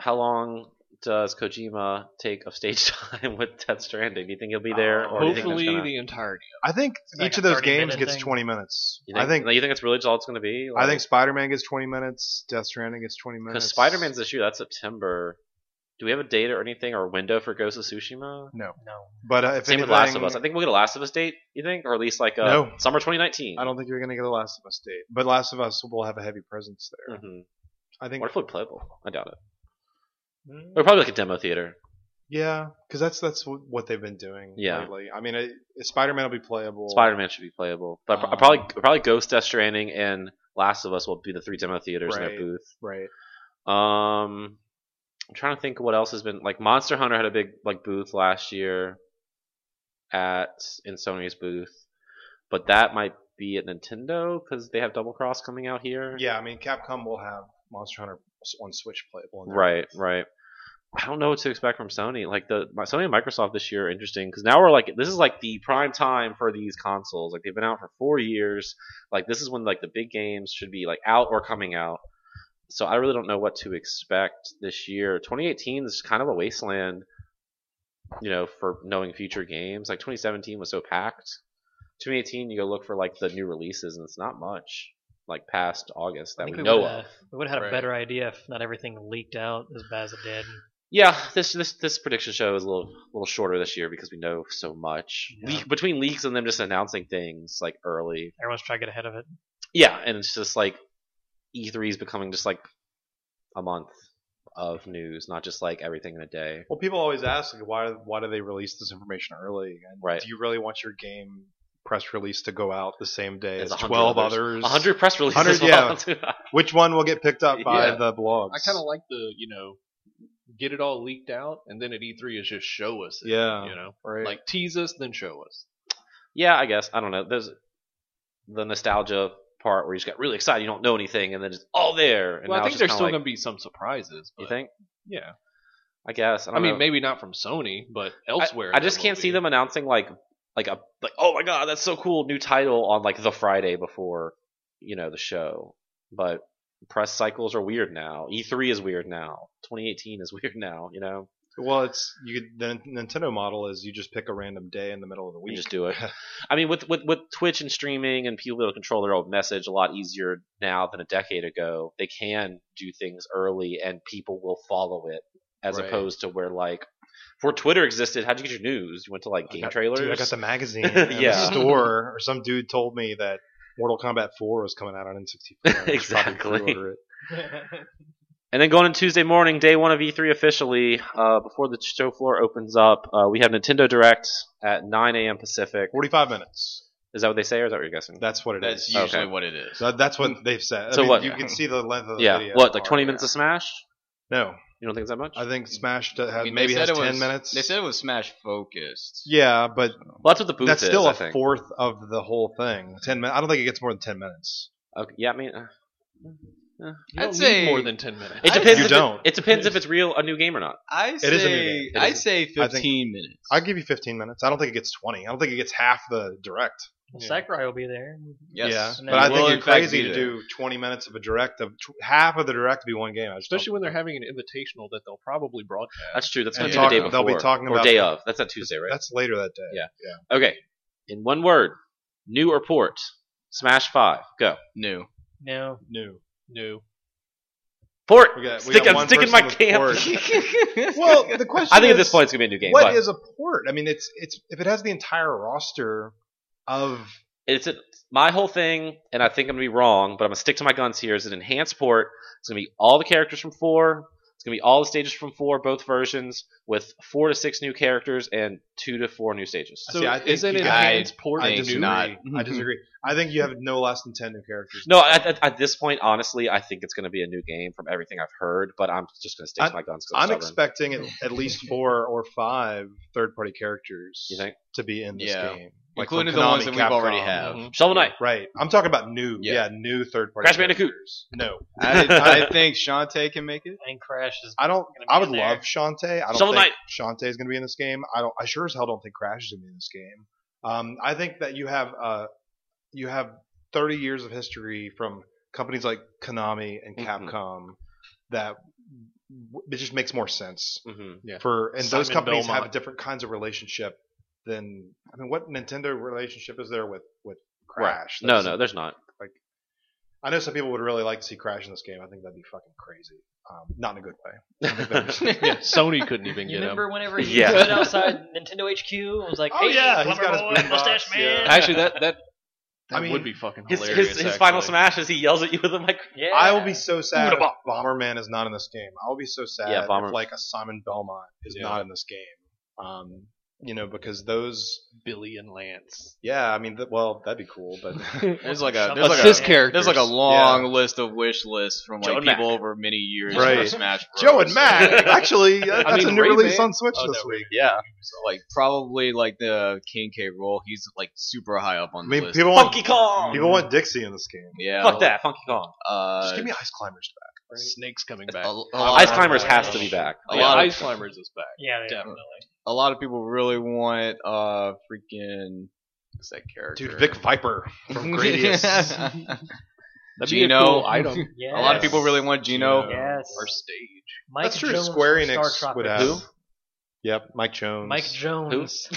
S1: how long does Kojima take of stage time with Death Stranding? Do you think he'll be there?
S5: Uh,
S1: or do you think
S4: Hopefully,
S1: it's gonna-
S4: the entirety.
S2: I think
S5: It's like
S2: each
S5: a
S2: of those
S5: 30 minute
S2: games gets
S5: thing.
S2: twenty minutes.
S1: you
S2: I think
S1: no, you think it's really all it's going to be.
S2: I think Spider Man gets twenty minutes. Death Stranding gets twenty minutes.
S1: because Spider Man's issue that's September. Do we have a date or anything or a window for Ghost of Tsushima?
S5: No.
S2: But uh, if
S1: Same
S2: anything,
S1: with Last of Us. I think we'll get a Last of Us date. You think, or at least like uh
S2: No.
S1: summer 2019.
S2: I don't think you're gonna get a Last of Us date. But Last of Us will have a heavy presence there.
S1: hmm
S2: I think.
S1: What if we playable? I doubt it.
S2: Mm.
S1: Or probably like a demo theater.
S2: Yeah, because that's that's wh- what they've been doing
S1: Yeah.
S2: lately. I mean, Spider Man will be playable.
S1: Spider Man should be playable. But I
S2: Um,
S1: probably probably Ghost, Death Stranding, and Last of Us will be the three demo theaters in
S2: Right.
S1: their booth.
S2: right?
S1: Um, I'm trying to think what else has been like Monster Hunter had a big like booth last year at in Sony's booth, but that might be at Nintendo because they have Double Cross coming out here.
S2: Yeah, I mean, Capcom will have Monster Hunter s- on Switch playable. in their
S1: Right, right. I don't know what to expect from Sony. Like the my, Sony and Microsoft this year are interesting because now we're like this is like the prime time for these consoles. Like they've been out for four years. Like this is when like the big games should be like out or coming out. So I really don't know what to expect this year. 2018 is kind of a wasteland, you know, for knowing future games. Like 2017 was so packed. 2018, you go look for like the new releases, and it's not much like past August
S5: I
S1: that
S5: think
S1: we know
S5: would've-
S1: of.
S5: We would have had
S4: Right.
S5: a better idea if not everything leaked out as bad as it did.
S1: Yeah, this this this prediction show is a little little shorter this year because we know so much.
S5: Yeah.
S1: Leak, between leaks and them just announcing things like early.
S5: Everyone's trying to get ahead of it.
S1: Yeah, and it's just like E3 is becoming just like a month of news, not just like everything in a day.
S2: Well, people always ask, like, why why do they release this information early? And
S1: Right.
S2: Do you really want your game press release to go out the same day
S1: There's
S2: as,
S1: a hundred
S2: twelve
S1: others.
S2: others?
S1: A hundred press releases.
S2: 100,
S1: yeah.
S2: Which one will get picked up by
S4: Yeah.
S2: the blogs?
S4: I kind of like the you know, get it all leaked out, and then at E3 is just show us. It,
S2: Yeah.
S4: you know,
S2: right.
S4: like tease us, then show us.
S1: yeah, I guess I don't know. There's the nostalgia part where you just got really excited, you don't know anything, and then it's all there. And
S4: well,
S1: now
S4: I
S1: it's
S4: think
S1: just
S4: there's
S1: kinda
S4: still
S1: like,
S4: gonna be some surprises. But
S1: You think?
S4: Yeah.
S1: I guess. I,
S4: I
S1: don't
S4: mean,
S1: know.
S4: maybe not from Sony, but
S1: I-
S4: elsewhere.
S1: I,
S4: there
S1: just
S4: will
S1: can't see
S4: be.
S1: them announcing like like a like oh my god that's so cool new title on like the Friday before you know the show. But E press cycles are weird now. E3 is weird now. 2018 is weird now. You know.
S2: Well, it's you. could- The Nintendo model is you just pick a random day in the middle of the
S1: We
S2: week.
S1: just do it. I mean, with, with with Twitch and streaming and people that control their own message a lot easier now than a decade ago, they can do things early and people will follow it, as
S4: Right.
S1: opposed to where like, before Twitter existed, how'd you get your news? You went to like
S2: I
S1: game
S2: got-
S1: trailers.
S2: Dude, I got the magazine at
S1: Yeah.
S2: the store, or some dude told me that Mortal Kombat 4 was coming out on N64. I should probably
S1: Exactly.
S2: pre-order it.
S1: And then going on Tuesday morning, day one of E3 officially, uh, before the show floor opens up, uh, we have Nintendo Direct at 9 a.m. Pacific.
S2: 45 minutes.
S1: Is that what they say, or is that what you're guessing?
S2: That's what it is.
S3: That's usually
S1: Okay.
S3: what it is.
S2: So that's what they've said. I
S1: Mm. So
S2: mean,
S1: what-
S2: You can see the length of the
S1: yeah.
S2: video.
S1: What, like
S2: already.
S1: 20 minutes of Smash?
S2: No,
S1: You don't think it's that much?
S2: I think Smash to-
S3: I
S2: has,
S3: mean, they
S2: maybe
S3: said
S2: has
S3: it
S2: 10
S3: was-
S2: minutes.
S3: They said it was Smash focused.
S2: yeah, but
S1: well, that's what the booth
S2: that's
S1: is,
S2: still
S1: I
S2: a
S1: think.
S2: fourth of the whole thing. 10 minutes. I don't think it gets more than 10 minutes.
S1: Okay, yeah, I mean, uh,
S4: You don't
S3: I'd
S4: need
S3: say-
S4: more than ten minutes.
S1: it
S3: I-
S1: depends.
S2: you
S1: if it-
S2: don't.
S1: It, depends if it's real, a new game or not.
S3: I
S2: is a new
S3: say
S2: game.
S1: It
S3: I
S1: is.
S3: say
S2: I think-
S3: fifteen minutes.
S2: I'll give you 15 minutes. I don't think it gets 20. I don't think it gets half the direct.
S5: Well, Sakurai will be there.
S3: yes.
S2: Yeah,
S5: And
S2: but
S5: then
S2: I
S5: you
S2: think
S3: will,
S2: you're
S3: in fact,
S2: crazy to
S3: do that.
S2: do 20 minutes of a direct of tw- half of the direct to be one game. I just don't-
S4: Especially when they're having an invitational that they'll probably broadcast.
S1: That's true. That's
S2: And
S1: going to be the day before.
S2: talk- they'll be talking
S1: or
S2: about-
S1: day of. That's not Tuesday, right?
S2: that's later that day.
S1: Yeah. okay. In one word, new or port? Smash Five. Go.
S3: New.
S5: No.
S2: New.
S4: No.
S1: Port.
S2: We got- we
S1: Stick-
S2: got
S1: I'm
S2: one
S1: sticking my
S2: person
S1: camp.
S2: with Well, the question.
S1: I think at
S2: is,
S1: this point it's going to be a new game.
S2: what
S1: but
S2: is a port? I mean, it's it's if it has the entire roster of
S1: it's a, my whole thing, and I think I'm going to be wrong, but I'm going to stick to my guns here. Is an enhanced port. It's going to be all the characters from four. It's going to be all the stages from four, both versions, with four to six new characters and two to four new stages.
S2: I
S4: So
S2: see, I think
S4: is it
S2: you
S4: an
S2: guys-
S4: enhanced port?
S3: I
S4: new?
S3: disagree. Mm-hmm. not.
S2: I disagree. I think you have no less than 10 new characters.
S1: No, at, at, at this point, honestly, I think it's going to be a new game from everything I've heard, but I'm just going to stick
S2: I'm-
S1: to my guns. 'cause
S2: I'm
S1: stubborn.
S2: expecting at, at least four or five third-party characters
S1: You think?
S2: to be in this
S3: Yeah.
S2: game, Like from
S3: Including the
S2: Konami,
S3: ones that we've already
S2: Capcom.
S3: have.
S4: Mhm.
S1: Shovel Knight,
S2: Right. I'm talking about new.
S3: Yeah.
S2: Yeah, new third-party.
S1: Crash Bandicoot.
S2: characters. No,
S4: Mm-hmm.
S3: I, I think Shantae can make it.
S5: I think Crash is.
S2: I don't.
S5: Gonna be
S2: I would
S5: in there.
S2: love Shantae. I don't
S1: Shovel
S2: think Shantae is going to be in this game. I don't. I sure as hell don't think Crash is going to be in this game. Um, I think that you have uh, you have 30 years of history from companies like Konami and
S1: Mhm.
S2: Capcom that w- it just makes more sense
S1: hmm
S4: Yeah.
S2: for and those
S4: Simon
S2: companies
S4: Belmont.
S2: have different kinds of relationship than I mean, what Nintendo relationship is there with with Crash?
S1: No,
S2: That's-
S1: no, there's not.
S2: I know some people would really like to see Crash in this game. I think that'd be fucking crazy. Um, not in a good way.
S4: Yeah, Sony couldn't even
S5: You
S4: get him.
S5: remember whenever he
S1: Yeah.
S5: stood outside Nintendo HQ and was like,
S2: Oh,
S5: "Hey,
S2: yeah, he's
S5: plumber
S2: got his
S5: boy,
S2: boombox,
S5: mustache
S2: yeah.
S5: man."
S4: Actually, that that, that
S2: I mean,
S4: would be fucking
S1: His,
S4: hilarious.
S1: his, his final
S4: actually.
S1: smash is he yells at you with a mic.
S5: Yeah.
S2: I will be so sad if
S1: Oodabop.
S2: Bomberman is not in this game. I will be so sad
S1: Yeah, Bomber-
S2: if like a Simon Belmont is
S4: Yeah.
S2: not in this game. Um, you know, because those,
S4: Billy and Lance.
S2: yeah, I mean, th- well, that'd be cool, but
S3: There's like a
S5: Shantae.
S3: there's like
S4: Assist
S3: a
S4: characters.
S3: there's like a long list of wish lists from like
S1: Joe and
S3: people over many years
S2: Right.
S3: for Smash Bros.
S2: Joe and Mac actually uh, that's
S4: mean,
S2: a new
S4: Rayman-
S2: release on Switch
S4: Oh,
S2: this
S4: no,
S2: week.
S3: Yeah, so like probably like the King K role. He's like super high up
S2: I
S3: on the
S2: mean,
S3: list.
S2: people want
S1: Funky Kong.
S2: people want Dixie in this game.
S3: yeah,
S1: Fuck that, Funky Kong.
S3: Uh,
S2: Just give me Ice Climbers back. Right.
S4: Snake's coming back.
S3: a-
S4: A,
S3: a lot
S1: Ice
S3: of-
S1: Climbers has to be back.
S3: A
S4: yeah,
S3: lot of-
S4: Ice Climbers is back.
S5: Yeah, yeah.
S4: Definitely.
S3: A lot of people really want uh freaking what's that character?
S2: Dude, Vic Viper from Gradius.
S4: That'd be a
S3: Gino.
S4: cool item
S5: Yes.
S3: A lot of people really want Gino.
S5: Yes.
S4: or stage.
S5: Mike
S2: that's true.
S5: Jones
S2: Square
S5: from Star
S2: Enix would have.
S5: Troopers.
S2: Yep, Mike Jones.
S5: Mike Jones.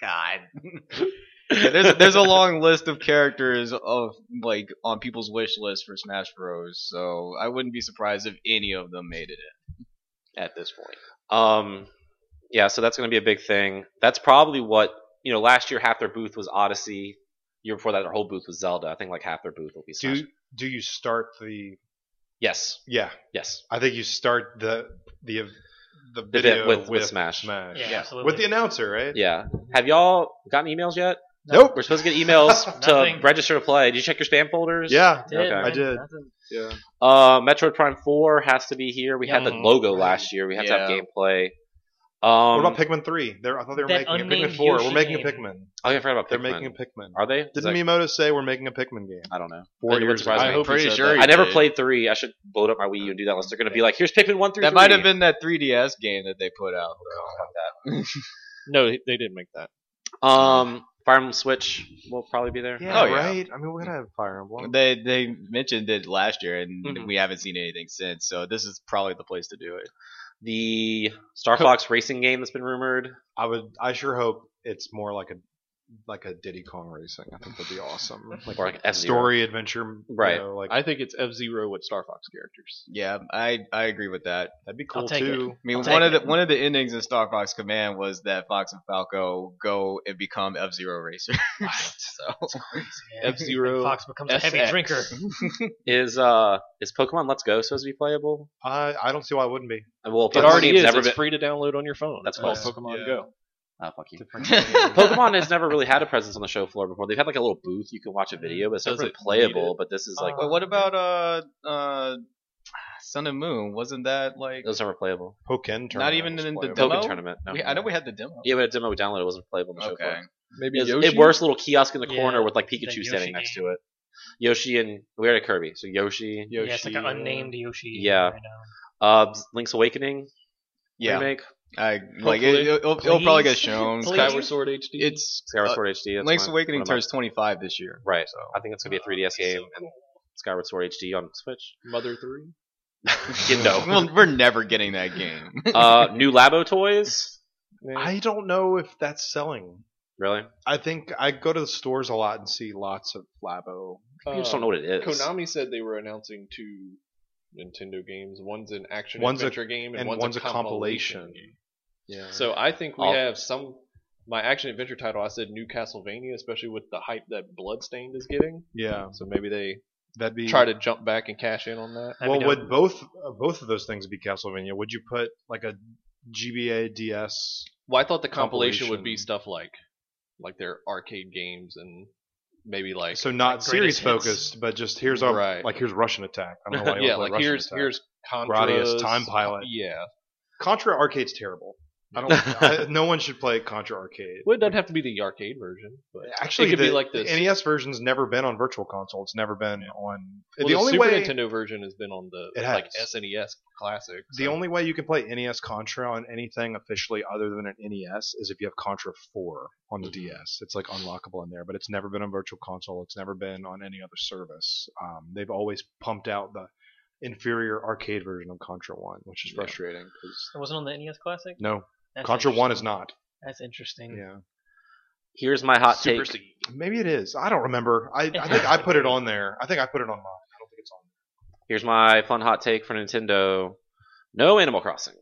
S3: God. Yeah, there's there's a long list of characters of like on people's wish list for Smash Bros. So I wouldn't be surprised if any of them made it in at this point.
S1: Um, yeah, so that's going to be a big thing. That's probably what you know. Last year, half their booth was Odyssey. Year before that, their whole booth was Zelda. I think like half their booth will be Smash.
S2: Do do you start the?
S1: yes,
S2: Yeah,
S1: yes.
S2: I think you start the the the
S1: The
S2: video
S1: bit with, with
S2: Smash.
S1: Smash.
S5: Yeah, absolutely.
S2: with the announcer, right?
S1: Yeah. Have y'all gotten emails yet?
S5: No.
S2: Nope.
S1: We're supposed to get emails to
S5: Nothing.
S1: register to play. Did you check your spam folders?
S2: Yeah,
S5: Did,
S1: Okay.
S5: man.
S2: I did.
S5: Nothing.
S2: yeah.
S1: Uh, Metroid Prime Four has to be here. We had the
S4: Mhm.
S1: logo last year. We had to have
S3: Yeah.
S1: gameplay. Um,
S2: Mm-hmm. what about Pikmin three? They're, I thought they were
S5: That
S2: making a Pikmin
S5: unnamed
S2: four.
S5: Yoshi
S2: we're making a
S5: game.
S2: Pikmin.
S1: Oh, yeah, I forgot about Pikmin.
S2: They're making a Pikmin.
S1: Are they? Is
S2: Didn't
S1: that-
S2: Miyamoto say we're making a Pikmin game?
S1: I don't know.
S2: Four
S1: That would
S2: years
S1: surprise
S2: ago.
S1: me.
S4: hope he
S3: pretty
S4: said
S3: sure
S4: that.
S3: he
S1: I never
S3: did.
S1: played three. I should load up my Wii U and do that unless they're going to be like, here's Pikmin one through
S3: That
S1: three.
S3: might have been that 3DS game that they put out.
S4: No, they they didn't make that.
S1: Um, Fire Emblem Switch will probably be there.
S2: Yeah,
S3: Oh, yeah.
S2: right. I mean, we're gonna have Fire Emblem.
S3: They they mentioned it last year, and
S1: Mhm.
S4: Mm-hmm.
S3: we haven't seen anything since. So this is probably the place to do it.
S1: the Star Fox racing game that's been rumored.
S2: I would. I sure hope it's more like a like a Diddy Kong Racing. I think that'd be awesome. Like,
S1: Or like
S2: a
S1: F-Zero.
S2: story adventure.
S1: Right.
S2: You know, like
S4: I think it's F Zero with Star Fox characters.
S3: Yeah, I I agree with that.
S2: that'd be cool
S5: I'll take it.
S2: too.
S3: I mean,
S5: I'll
S3: one of
S5: take
S3: the one of the endings in Star Fox Command was that Fox and Falco go and become F Zero racers. so
S5: Yeah.
S4: F-Zero
S5: Fox becomes a heavy
S4: SX.
S5: drinker.
S1: Is uh is Pokemon Let's Go supposed to be playable?
S2: I I don't see why it wouldn't be.
S1: Uh, Well,
S4: It
S1: Pokemon
S4: already
S1: game's
S4: is.
S1: Never
S4: It's
S1: been,
S4: free to download on your phone.
S1: That's
S4: It's called
S1: cool.
S4: Pokemon
S2: Yeah.
S4: Go.
S1: oh, fuck you.
S2: Different-
S1: Pokemon has never really had a presence on the show floor before. They've had like a little booth you can watch a video, but it's
S4: Does
S1: never been
S4: it need
S1: playable.
S4: it? Um,
S1: But this is like
S3: But what about uh uh Sun and Moon? Wasn't that like
S1: it was never playable.
S2: Pokken tournament.
S3: Not even
S2: was
S3: in the
S2: playable.
S3: demo?
S1: Token tournament. No.
S3: we, I know we had the demo.
S1: yeah, but a demo we downloaded wasn't playable on the show floor.
S3: Okay.
S4: Maybe
S1: It, was- it worst little kiosk in the
S5: Yeah,
S1: corner with like
S5: Yoshi
S1: Pikachu standing next
S5: game.
S1: to it. Yoshi and we had a Kirby, so Yoshi.
S5: Yeah, it's like
S4: uh,
S5: an unnamed Yoshi.
S1: Yeah.
S5: Right now.
S1: Uh, Link's Awakening
S3: Yeah.
S1: remake.
S3: I like it,
S4: Hopefully.
S3: it'll, it'll- it'll probably get
S5: Please.
S3: shown.
S5: Please.
S3: Skyward-
S4: Skyward Sword HD.
S3: It's
S1: Skyward
S3: uh,
S1: Sword HD. that's
S3: Link's
S1: one-
S3: Awakening
S1: one of my-
S3: turns 25 this year.
S1: Right.
S3: So
S1: I think it's gonna be a 3DS game and Skyward Sword HD on Switch.
S4: Mother Three.
S1: You know.
S3: well, we're never getting that game.
S1: uh, new Labo toys.
S2: I don't know if that's selling.
S1: Really?
S2: I think I go to the stores a lot and see lots of Labo.
S1: You just
S4: Uh,
S1: don't know what it is.
S4: Um, Konami said they were announcing two Nintendo games. One's an action
S2: One's a-
S4: adventure game, and,
S2: and
S4: one's,
S2: one's
S4: a
S2: a
S4: compilation.
S2: compilation.
S4: game.
S2: Yeah.
S4: So I think we
S1: I'll-
S4: have some. My action adventure title, I said New Castlevania, especially with the hype that Bloodstained is getting.
S2: yeah,
S4: So maybe they
S2: that'd be
S4: try to jump back and cash in on that.
S5: That'd
S2: well,
S5: be
S2: would both uh, both of those things be Castlevania? Would you put like a GBA DS?
S4: Well, I thought the compilation, would be
S2: Compilation.
S4: stuff like like their arcade games and maybe like
S2: So not
S5: greatest
S2: series
S5: hits.
S2: focused, but just here's our
S4: Right.
S2: like here's Russian Attack. I don't know why you
S4: yeah,
S2: would play
S4: like
S2: Russian
S4: here's
S2: Attack.
S4: here's
S2: Gradius,
S4: Contras.
S2: Time Pilot.
S4: Yeah.
S2: Contra Arcade's terrible. I don't. I, no one should play Contra Arcade.
S4: Well, it doesn't have to be the arcade version, but
S2: Actually,
S4: it could
S2: the,
S4: be like this.
S2: the NES version's never been on Virtual Console. It's never been on.
S4: Well,
S2: the only
S4: Super
S2: way
S4: Nintendo version has been on the
S2: It
S4: like E
S2: has.
S4: SNES classic.
S2: The
S4: so-
S2: only way you can play NES Contra on anything officially other than an NES is if you have Contra 4 on the
S4: Mm-hmm.
S2: DS. It's like unlockable in there, but it's never been on Virtual Console. It's never been on any other service. Um, they've always pumped out the inferior arcade version of Contra 1, which is
S3: Yeah.
S2: frustrating. 'cause-
S5: It wasn't on the NES Classic.
S2: No,
S5: That's
S2: Contra 1 is
S5: interesting.
S2: not.
S5: That's interesting.
S2: Yeah,
S1: Here's my hot
S4: Super
S1: take.
S4: Seed.
S2: maybe it is. I don't remember. I, I think I put it on there. I think I put it on mine. I don't think it's on.
S1: Here's my fun hot take for Nintendo. No Animal Crossing.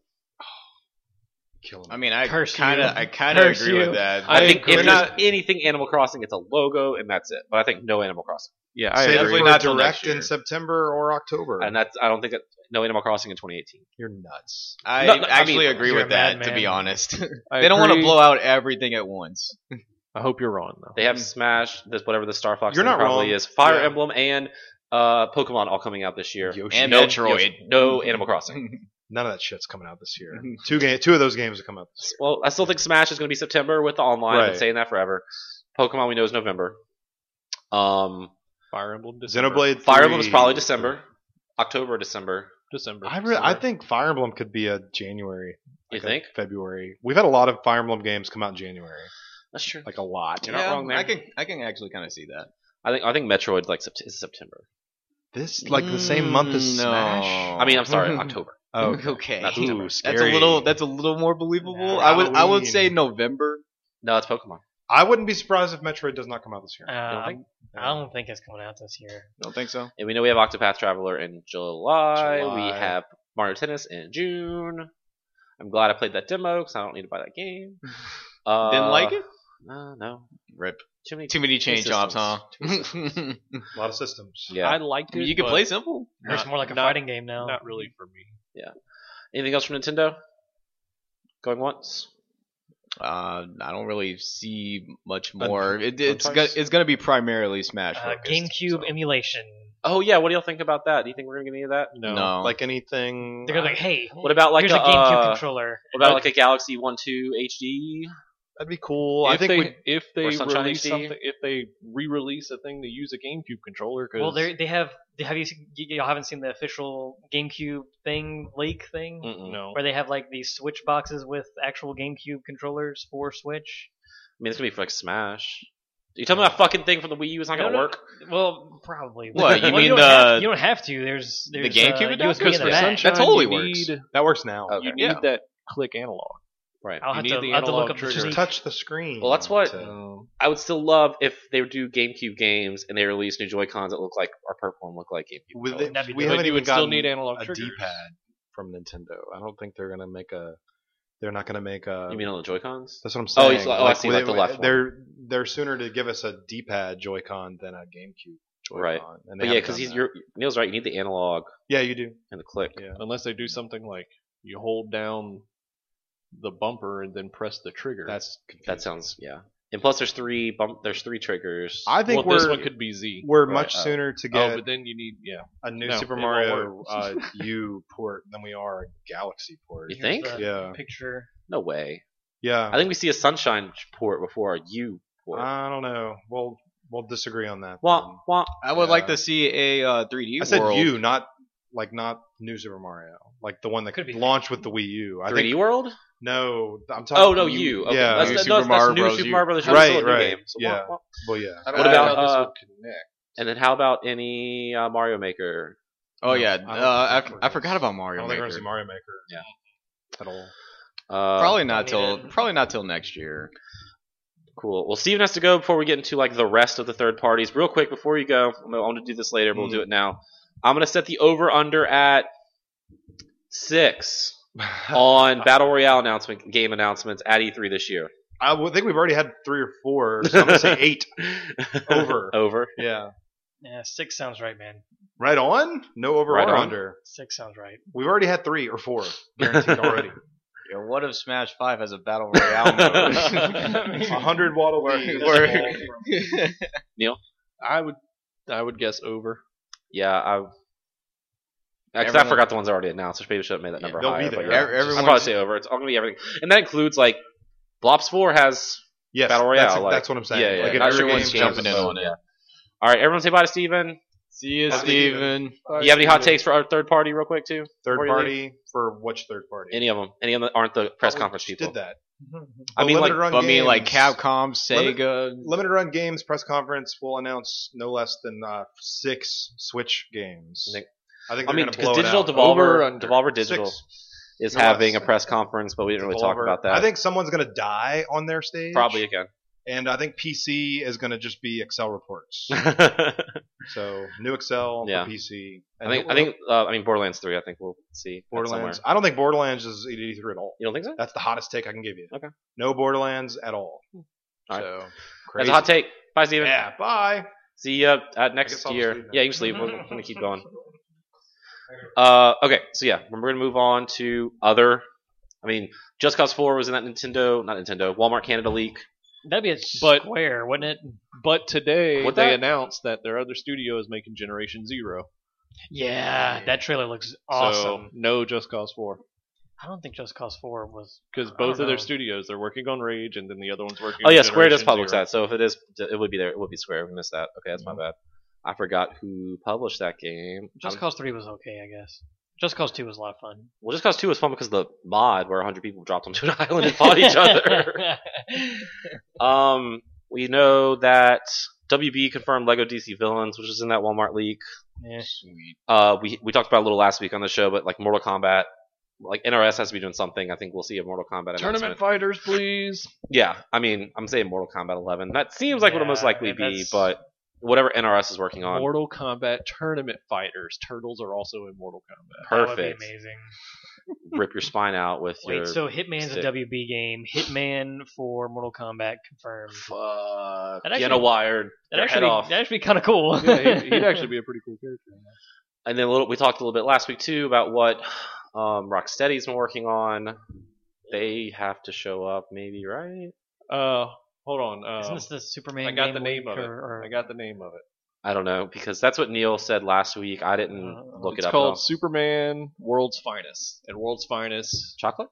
S2: Killing.
S3: I mean, I
S5: Curse you.
S3: kind of, I kind of
S5: Curse
S3: agree
S5: you.
S3: with that.
S1: I,
S4: I
S1: think
S4: agree.
S1: if there's anything Animal Crossing, it's a logo and that's it. But I think no Animal Crossing,
S4: Yeah,
S2: I
S3: agree.
S2: Save it
S3: Definitely
S2: for
S3: not till next
S2: direct
S3: year.
S2: in September or October.
S1: and that's I don't think that no Animal Crossing in 2018.
S2: You're nuts.
S3: I
S1: No, no, I
S3: actually
S1: mean,
S3: agree
S5: you're a
S3: with that.
S5: madman.
S3: To be honest,
S4: I
S3: they don't want to
S4: agree.
S3: blow out everything at once.
S4: I hope you're wrong though.
S1: They have Smash, this whatever the Star Fox
S2: Hmm. You're
S1: thing
S2: not
S1: probably
S2: wrong.
S1: is, Fire
S2: Yeah.
S1: Emblem, and uh, Pokemon all coming out this year.
S2: Yoshi.
S3: And
S1: No
S3: Metroid.
S1: no Animal Crossing.
S2: None of that shit's coming out this year. two game, two of those games have come out. This
S1: Well, I still think Smash is going to be September with the online. I've been
S2: Right.
S1: saying that forever. Pokemon we know is November. Um,
S4: Fire Emblem
S2: year.
S4: December.
S2: Xenoblade.
S1: Fire
S2: 3.
S1: Emblem is probably December, October, or December.
S4: December.
S2: I re- I
S4: December.
S2: think Fire Emblem could be a January.
S1: You
S2: like a
S1: think?
S2: February? We've had a lot of Fire Emblem games come out in January,
S1: That's true.
S2: like a lot.
S1: You're not
S3: Yeah,
S1: wrong there.
S3: I can, I can actually kind of see that.
S1: I think I think Metroid like Sept- is September.
S2: This like the same month as
S3: Mm, no.
S2: Smash.
S1: I mean, I'm sorry, October.
S2: Oh, okay.
S3: okay,
S1: That's
S2: Ooh,
S1: September.
S3: that's
S2: scary.
S3: a little, that's a little more believable.
S5: No.
S3: I would, I
S2: Halloween.
S3: would say November.
S1: No, it's Pokemon.
S2: I wouldn't be surprised if Metroid does not come out this year.
S5: Uh,
S1: don't think-
S5: I don't think it's coming out this year.
S3: Don't think so.
S1: And we know we have Octopath Traveler in July. We
S2: July.
S1: have Mario Tennis in June. I'm glad I played that demo because I don't need to buy that game. Uh,
S3: Didn't like it.
S1: No, no.
S3: Rip.
S1: Too many.
S3: Too many chain jobs, huh?
S2: A lot of systems.
S1: yeah.
S4: I liked it.
S3: you can
S4: but
S3: play simple.
S5: It's
S4: not-
S5: more like a
S4: not-
S5: fighting game now.
S4: Not really for me.
S1: Anything else from Nintendo? Going once.
S3: Uh, I don't really see much more. It, it's
S2: Untice?
S3: gonna, it's gonna be primarily Smash.
S5: uh,
S3: focused,
S5: GameCube
S3: so.
S5: emulation.
S1: Oh yeah, what do y'all think about that? Do you think we're gonna get any of that?
S4: No.
S3: No.
S2: Like anything.
S5: They're gonna be like, hey,
S1: What about like
S5: here's
S1: a,
S5: a, GameCube
S1: uh,
S5: controller.
S1: what about like a Galaxy One Two HD?
S2: that'd be cool.
S4: If
S2: I think
S4: they
S2: we.
S4: if they
S1: or Sunshine
S4: release
S1: HD.
S4: something, if they re-release a thing to use a GameCube controller, because
S5: Well, they they have. they- Have you seen- you y'all haven't seen the official GameCube thing leak thing
S1: Mm-mm.
S4: no,
S5: where they have like these Switch boxes with actual GameCube controllers for
S1: I
S5: Switch?
S1: mean, it's gonna be for like Smash. You tell me that fucking thing from the Wii U is not
S5: No,
S1: gonna
S5: no.
S1: work.
S5: Well, probably.
S3: What, you
S5: Well,
S3: mean
S5: don't
S3: the-
S5: have- you don't have to. There's,
S3: the
S5: there's
S3: GameCube
S5: uh, USB
S3: adapter?
S5: in the
S3: Christopher
S5: back.
S3: Sunshine. That totally works.
S4: Need,
S2: That works now.
S3: Okay.
S4: You need
S3: Yeah.
S4: that click analog.
S1: Right.
S5: I'll
S4: you
S5: have
S4: need
S5: to-
S4: the
S5: I'll have to
S4: analog
S5: look up the
S4: trigger.
S2: Just
S5: Sneak.
S2: touch the screen.
S1: Well, that's what-
S2: to-
S4: Um,
S1: I would still love if they would do GameCube games and they release new Joy Cons that look like our purple and look like GameCube.
S2: with
S1: colors.
S2: it,
S5: That'd be
S2: we
S5: good.
S4: but
S2: haven't
S4: you
S2: even
S4: would still
S2: gotten
S4: need analog
S2: a
S4: triggers.
S2: D-pad from Nintendo. I don't think they're gonna make a. They're not gonna make a.
S1: You mean on the Joy Cons?
S2: that's what I'm
S1: Oh,
S2: saying.
S1: you saw- oh, I see, like the left one.
S2: They're they're sooner to give us a D-pad Joy-Con than a GameCube Joy-Con.
S1: Right.
S2: And
S1: But
S2: they
S1: yeah,
S2: haven't
S1: because
S2: done
S1: he's
S2: that.
S1: your Neil's right. You need the analog
S2: Yeah, you do.
S1: and the click.
S2: Yeah.
S4: Unless they do something like you hold down the bumper and then press the trigger.
S2: That's confusing.
S1: That sounds yeah. And plus, there's three bump. There's three triggers.
S2: I think
S4: well, this
S2: we're
S4: one could be Z.
S2: we're
S1: Right,
S2: much
S1: oh.
S2: sooner to
S4: Oh,
S2: get
S4: but then you need yeah.
S2: a new
S4: no,
S2: Super
S4: it won't
S2: Mario
S4: work.
S2: uh, U port than we are a Galaxy port.
S1: You think?
S5: Here's the
S2: Yeah.
S5: Picture.
S1: no way.
S2: Yeah.
S1: I think we see a sunshine port before a U port.
S2: I don't know. We'll we'll disagree on that.
S1: wah,
S2: then.
S1: wah.
S3: I would
S2: Yeah.
S3: like to see a uh, 3D
S2: I said
S3: world.
S2: you, not like not New Super Mario, like the one that
S5: Could be.
S2: launched with the Wii U. I
S1: 3D
S2: think
S1: World?
S2: no, I'm talking.
S1: Oh no, U. Okay.
S2: Yeah,
S1: that's,
S3: New
S1: that's,
S3: Super
S1: that's
S3: Mario
S1: new
S3: Bros.
S1: Super
S3: U.
S1: Mario Bros. U. That's
S2: Right,
S1: still a new
S2: right.
S1: game. So
S2: Yeah.
S1: wah, wah.
S2: well, yeah.
S3: I don't
S1: What
S3: know
S1: about
S3: how this
S1: uh,
S3: would connect.
S1: And then how about any uh, Mario Maker?
S3: Oh yeah,
S2: I don't
S3: uh,
S2: think
S3: I,
S2: we're
S3: I
S2: gonna
S3: forgot
S2: see-
S3: about
S2: I
S3: Mario
S2: don't think we're
S3: Maker.
S2: gonna see Mario Maker.
S1: Yeah.
S2: At all.
S1: Uh,
S3: Probably not till
S5: Needed.
S3: probably not till next year.
S1: Cool. Well, Steven has to go before we get into like the rest of the third parties. Real quick before you go, I'm going to do this later, but
S2: Hmm.
S1: we'll do it now. I'm going to set the over under at six on battle royale announcement game announcements at E3 this year.
S2: I would think we've already had three or four. So I'm gonna say eight. Over.
S1: over.
S2: Yeah.
S5: Yeah, six sounds right, man.
S2: Right on. No over
S1: Right
S2: or
S1: on.
S2: under.
S5: Six sounds right.
S2: We've already had three or four guaranteed already.
S3: Yeah, what if Smash Five has a battle royale mode?
S2: A hundred waddle Dee.
S3: Work.
S4: I would I would guess oh, over.
S1: Yeah, I. Because I
S3: Everyone-
S1: forgot the ones I already announced, which maybe should have made that
S3: Yeah,
S1: number
S2: they'll be
S1: higher.
S2: there.
S1: but yeah.
S3: Ev- everyone
S1: I'd probably
S3: should-
S1: say over. It's all gonna be everything, and that includes like Blops Four has.
S2: Yes,
S1: Battle
S2: that's-
S1: Royale, like-
S2: that's what I'm saying.
S1: yeah, yeah.
S2: Like if
S1: not
S2: every
S1: everyone's
S2: game
S3: jumping
S2: has
S3: in
S2: a-
S3: on it.
S1: All right, everyone say bye to Steven.
S3: See you,
S2: Bye,
S3: Steven.
S1: You have any hot takes for our third party, real quick, too? Before
S2: Third
S1: you leave.
S2: party for which third party?
S1: Any of them? Any of them that aren't the press
S2: Oh, we
S1: conference
S2: just
S1: people?
S2: did that.
S1: I
S2: The
S1: mean, like,
S2: limited run
S3: But I mean, like
S2: games-
S3: Capcom, Sega.
S2: Limited Run Games press conference will announce no less than uh, six Switch games.
S1: Nick-
S2: I think
S1: I
S2: they're
S1: mean,
S2: gonna
S1: because
S2: blow
S1: Digital
S2: it out.
S4: Over or
S1: Devolver,
S4: under?
S1: Devolver Digital
S2: Six.
S1: is
S2: No,
S1: having a
S2: that's-
S1: press conference, but we didn't really talk
S2: Devolver.
S1: about that.
S2: I think someone's going to die on their stage.
S1: probably again.
S2: And I think PC is going to just be Excel reports.
S1: I
S2: so new Excel
S1: Yeah.
S2: for PC. And
S1: think I think uh, I mean Borderlands three. I think we'll see that
S2: Borderlands.
S1: somewhere.
S2: I don't think Borderlands is E3 at all.
S1: You don't think so?
S2: That's the hottest take I can give you.
S1: Okay. Hmm.
S2: No Borderlands at all.
S1: All right.
S2: So
S1: That's
S2: crazy.
S1: a hot take. Bye, Steven.
S2: Yeah. Bye.
S1: See you uh,
S2: guess
S1: next
S2: I'll just
S1: year.
S2: leave now.
S1: Yeah, you can just leave. We're, we're gonna keep going. Uh, okay, so yeah, we're gonna move on to other. I mean, Just Cause Four was in that Nintendo, not Nintendo, Walmart Canada leak.
S5: That'd be a
S4: But-
S5: square, wouldn't it?
S4: But today
S1: Would
S4: they
S1: that-
S4: announced that their other studio is making Generation Zero.
S5: Yeah, that trailer looks
S4: So
S5: awesome.
S4: no Just Cause Four.
S5: I don't think Just Cause Four was.
S4: Because
S5: I
S4: both
S5: don't
S4: of
S5: know.
S4: their studios, they're working on Rage, and then the other one's working.
S1: Oh
S4: on
S1: yeah, Square does
S4: Generation
S1: publish
S4: Zero.
S1: that, so if it is, it would be there. It would be Square. We missed that. Okay, that's my bad. I forgot who published that game.
S5: Mm-hmm. Just
S1: Um,
S5: Cause Three was okay, I guess. Just Cause Two was a lot of fun.
S1: well, Just Cause Two was fun because the mod where 100 people dropped onto an island and fought each other. Um, we know that WB confirmed Lego DC Villains, which is in that Walmart leak.
S5: yeah.
S3: Sweet.
S1: Uh, we we talked about it a little last week on the show, but like Mortal Kombat, like NRS has to be doing something. I think we'll see a Mortal Kombat
S4: Tournament
S1: announcement.
S4: fighters, please.
S1: Yeah, I mean, I'm saying Mortal Kombat 11. That seems like what it'll most
S5: Yeah,
S1: likely be,
S5: that's-
S1: but whatever NRS is working on,
S4: Mortal Kombat tournament fighters. Turtles are also in Mortal Kombat.
S5: That would
S1: perfect.
S5: be amazing.
S1: Rip your spine out with
S5: Wait,
S1: your.
S5: so Hitman's
S1: stick.
S5: a WB game. Hitman for Mortal Kombat confirmed.
S1: Fuck.
S5: That
S1: Piano
S5: actually-
S1: wired.
S5: That
S1: Their
S5: actually,
S1: head off.
S5: that'd actually be kind of cool.
S4: yeah, he'd, he'd actually be a pretty cool character.
S1: And then a little, we talked a little bit last week too about what um, Rocksteady's been working on. They have to show up, maybe, right?
S4: Uh, hold on. Uh,
S5: Isn't this the Superman?
S4: I got
S5: game
S4: the name
S5: leak,
S4: of it.
S5: or- or-
S4: I got the name of it.
S1: I don't know because that's what Neil said last week. I didn't
S5: Uh,
S1: look it
S4: it's
S1: up. at
S4: called
S1: all.
S4: Superman World's Finest, and World's Finest.
S1: Chocolate.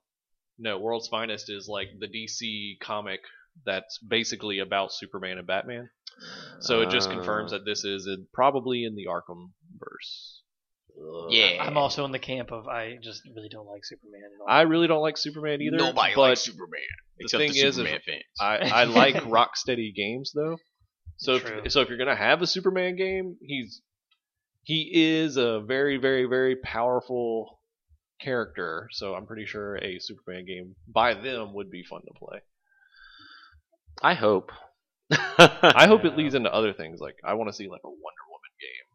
S4: No, World's Finest is like the DC comic that's basically about Superman and Batman. So it just
S1: Ah.
S4: confirms that this is in, probably in the Arkham verse.
S3: Yeah.
S5: I'm also in the camp of I just really don't like Superman at all.
S4: I really don't like Superman either.
S3: Nobody
S4: but
S3: likes Superman.
S4: the
S3: except
S4: thing
S3: the
S4: is, is
S3: Superman fans.
S4: I, I like Rocksteady games though, So
S5: True.
S4: if, so if you're gonna have a Superman game, he's he is a very very very powerful character. So I'm pretty sure a Superman game by them would be fun to play.
S1: I hope.
S4: I hope
S5: Yeah.
S4: it leads into other things. Like I want to see like a Wonder Woman game.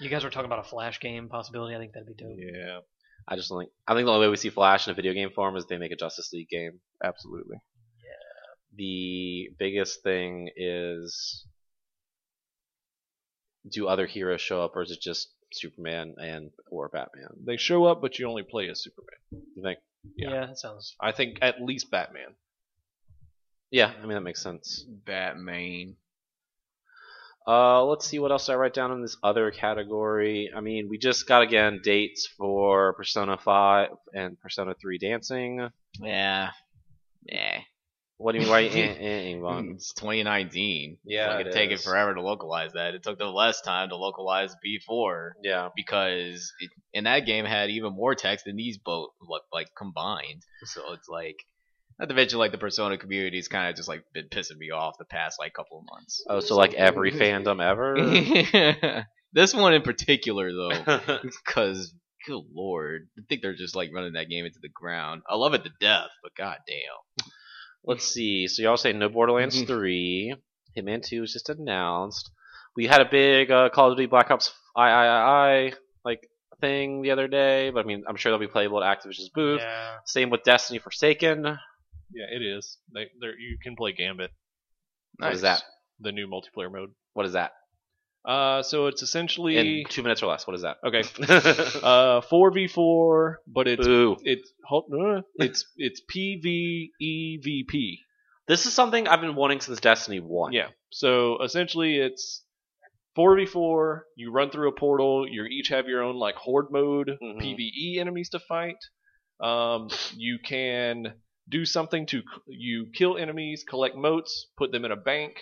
S5: You guys were talking about a Flash game possibility. I think that'd be dope.
S4: Yeah,
S1: I just think I think the only way we see Flash in a video game form is they make a Justice League game.
S4: absolutely.
S1: The biggest thing is do other heroes show up or is it just Superman and or Batman?
S4: They show up, but you only play as Superman.
S1: You think
S5: Yeah,
S4: Yeah.
S5: that sounds.
S4: I think at least Batman.
S1: yeah, I mean that makes sense.
S3: Batman.
S1: Uh, let's see what else I write down in this other category. I mean, we just got again dates for Persona 5 and Persona 3 dancing.
S3: Yeah. Yeah.
S1: What do you mean? Why you eh, eh, eh, Yvonne?
S3: It's 2019.
S1: Yeah,
S3: Fucking
S1: it
S3: take
S1: is.
S3: it forever to localize that. It took them less time to localize B4
S1: Yeah,
S3: because it, and that game had even more text than these both look like combined. So it's like, not to mention like the Persona community has kind of just like been pissing me off the past like couple of months.
S1: Oh, so like every fandom ever?
S3: this one in particular though, because good lord, I think they're just like running that game into the ground. I love it to death, but goddamn.
S1: Let's see. So y'all say no Borderlands
S3: Mhm.
S1: 3. Hitman 2 was just announced. We had a big uh, Call of Duty Black Ops III like thing the other day, but I mean, I'm sure they'll be playable at Activision's booth.
S5: Yeah.
S1: Same with Destiny Forsaken.
S4: Yeah, it is. They there you can play Gambit,
S1: What is that?
S4: the new multiplayer mode.
S1: What is that?
S4: Uh, so it's essentially
S1: In two minutes or less. What is that?
S4: okay. Uh, four v four, but it's
S1: Boo.
S4: it's hold- uh, it's it's E PVEVP.
S1: This is something I've been wanting since Destiny 1.
S4: Yeah. So essentially, it's four v four. You run through a portal. You each have your own like horde mode
S1: Mhm.
S4: PVE E enemies to fight. Um, you can do something to you kill enemies, collect motes, put them in a bank.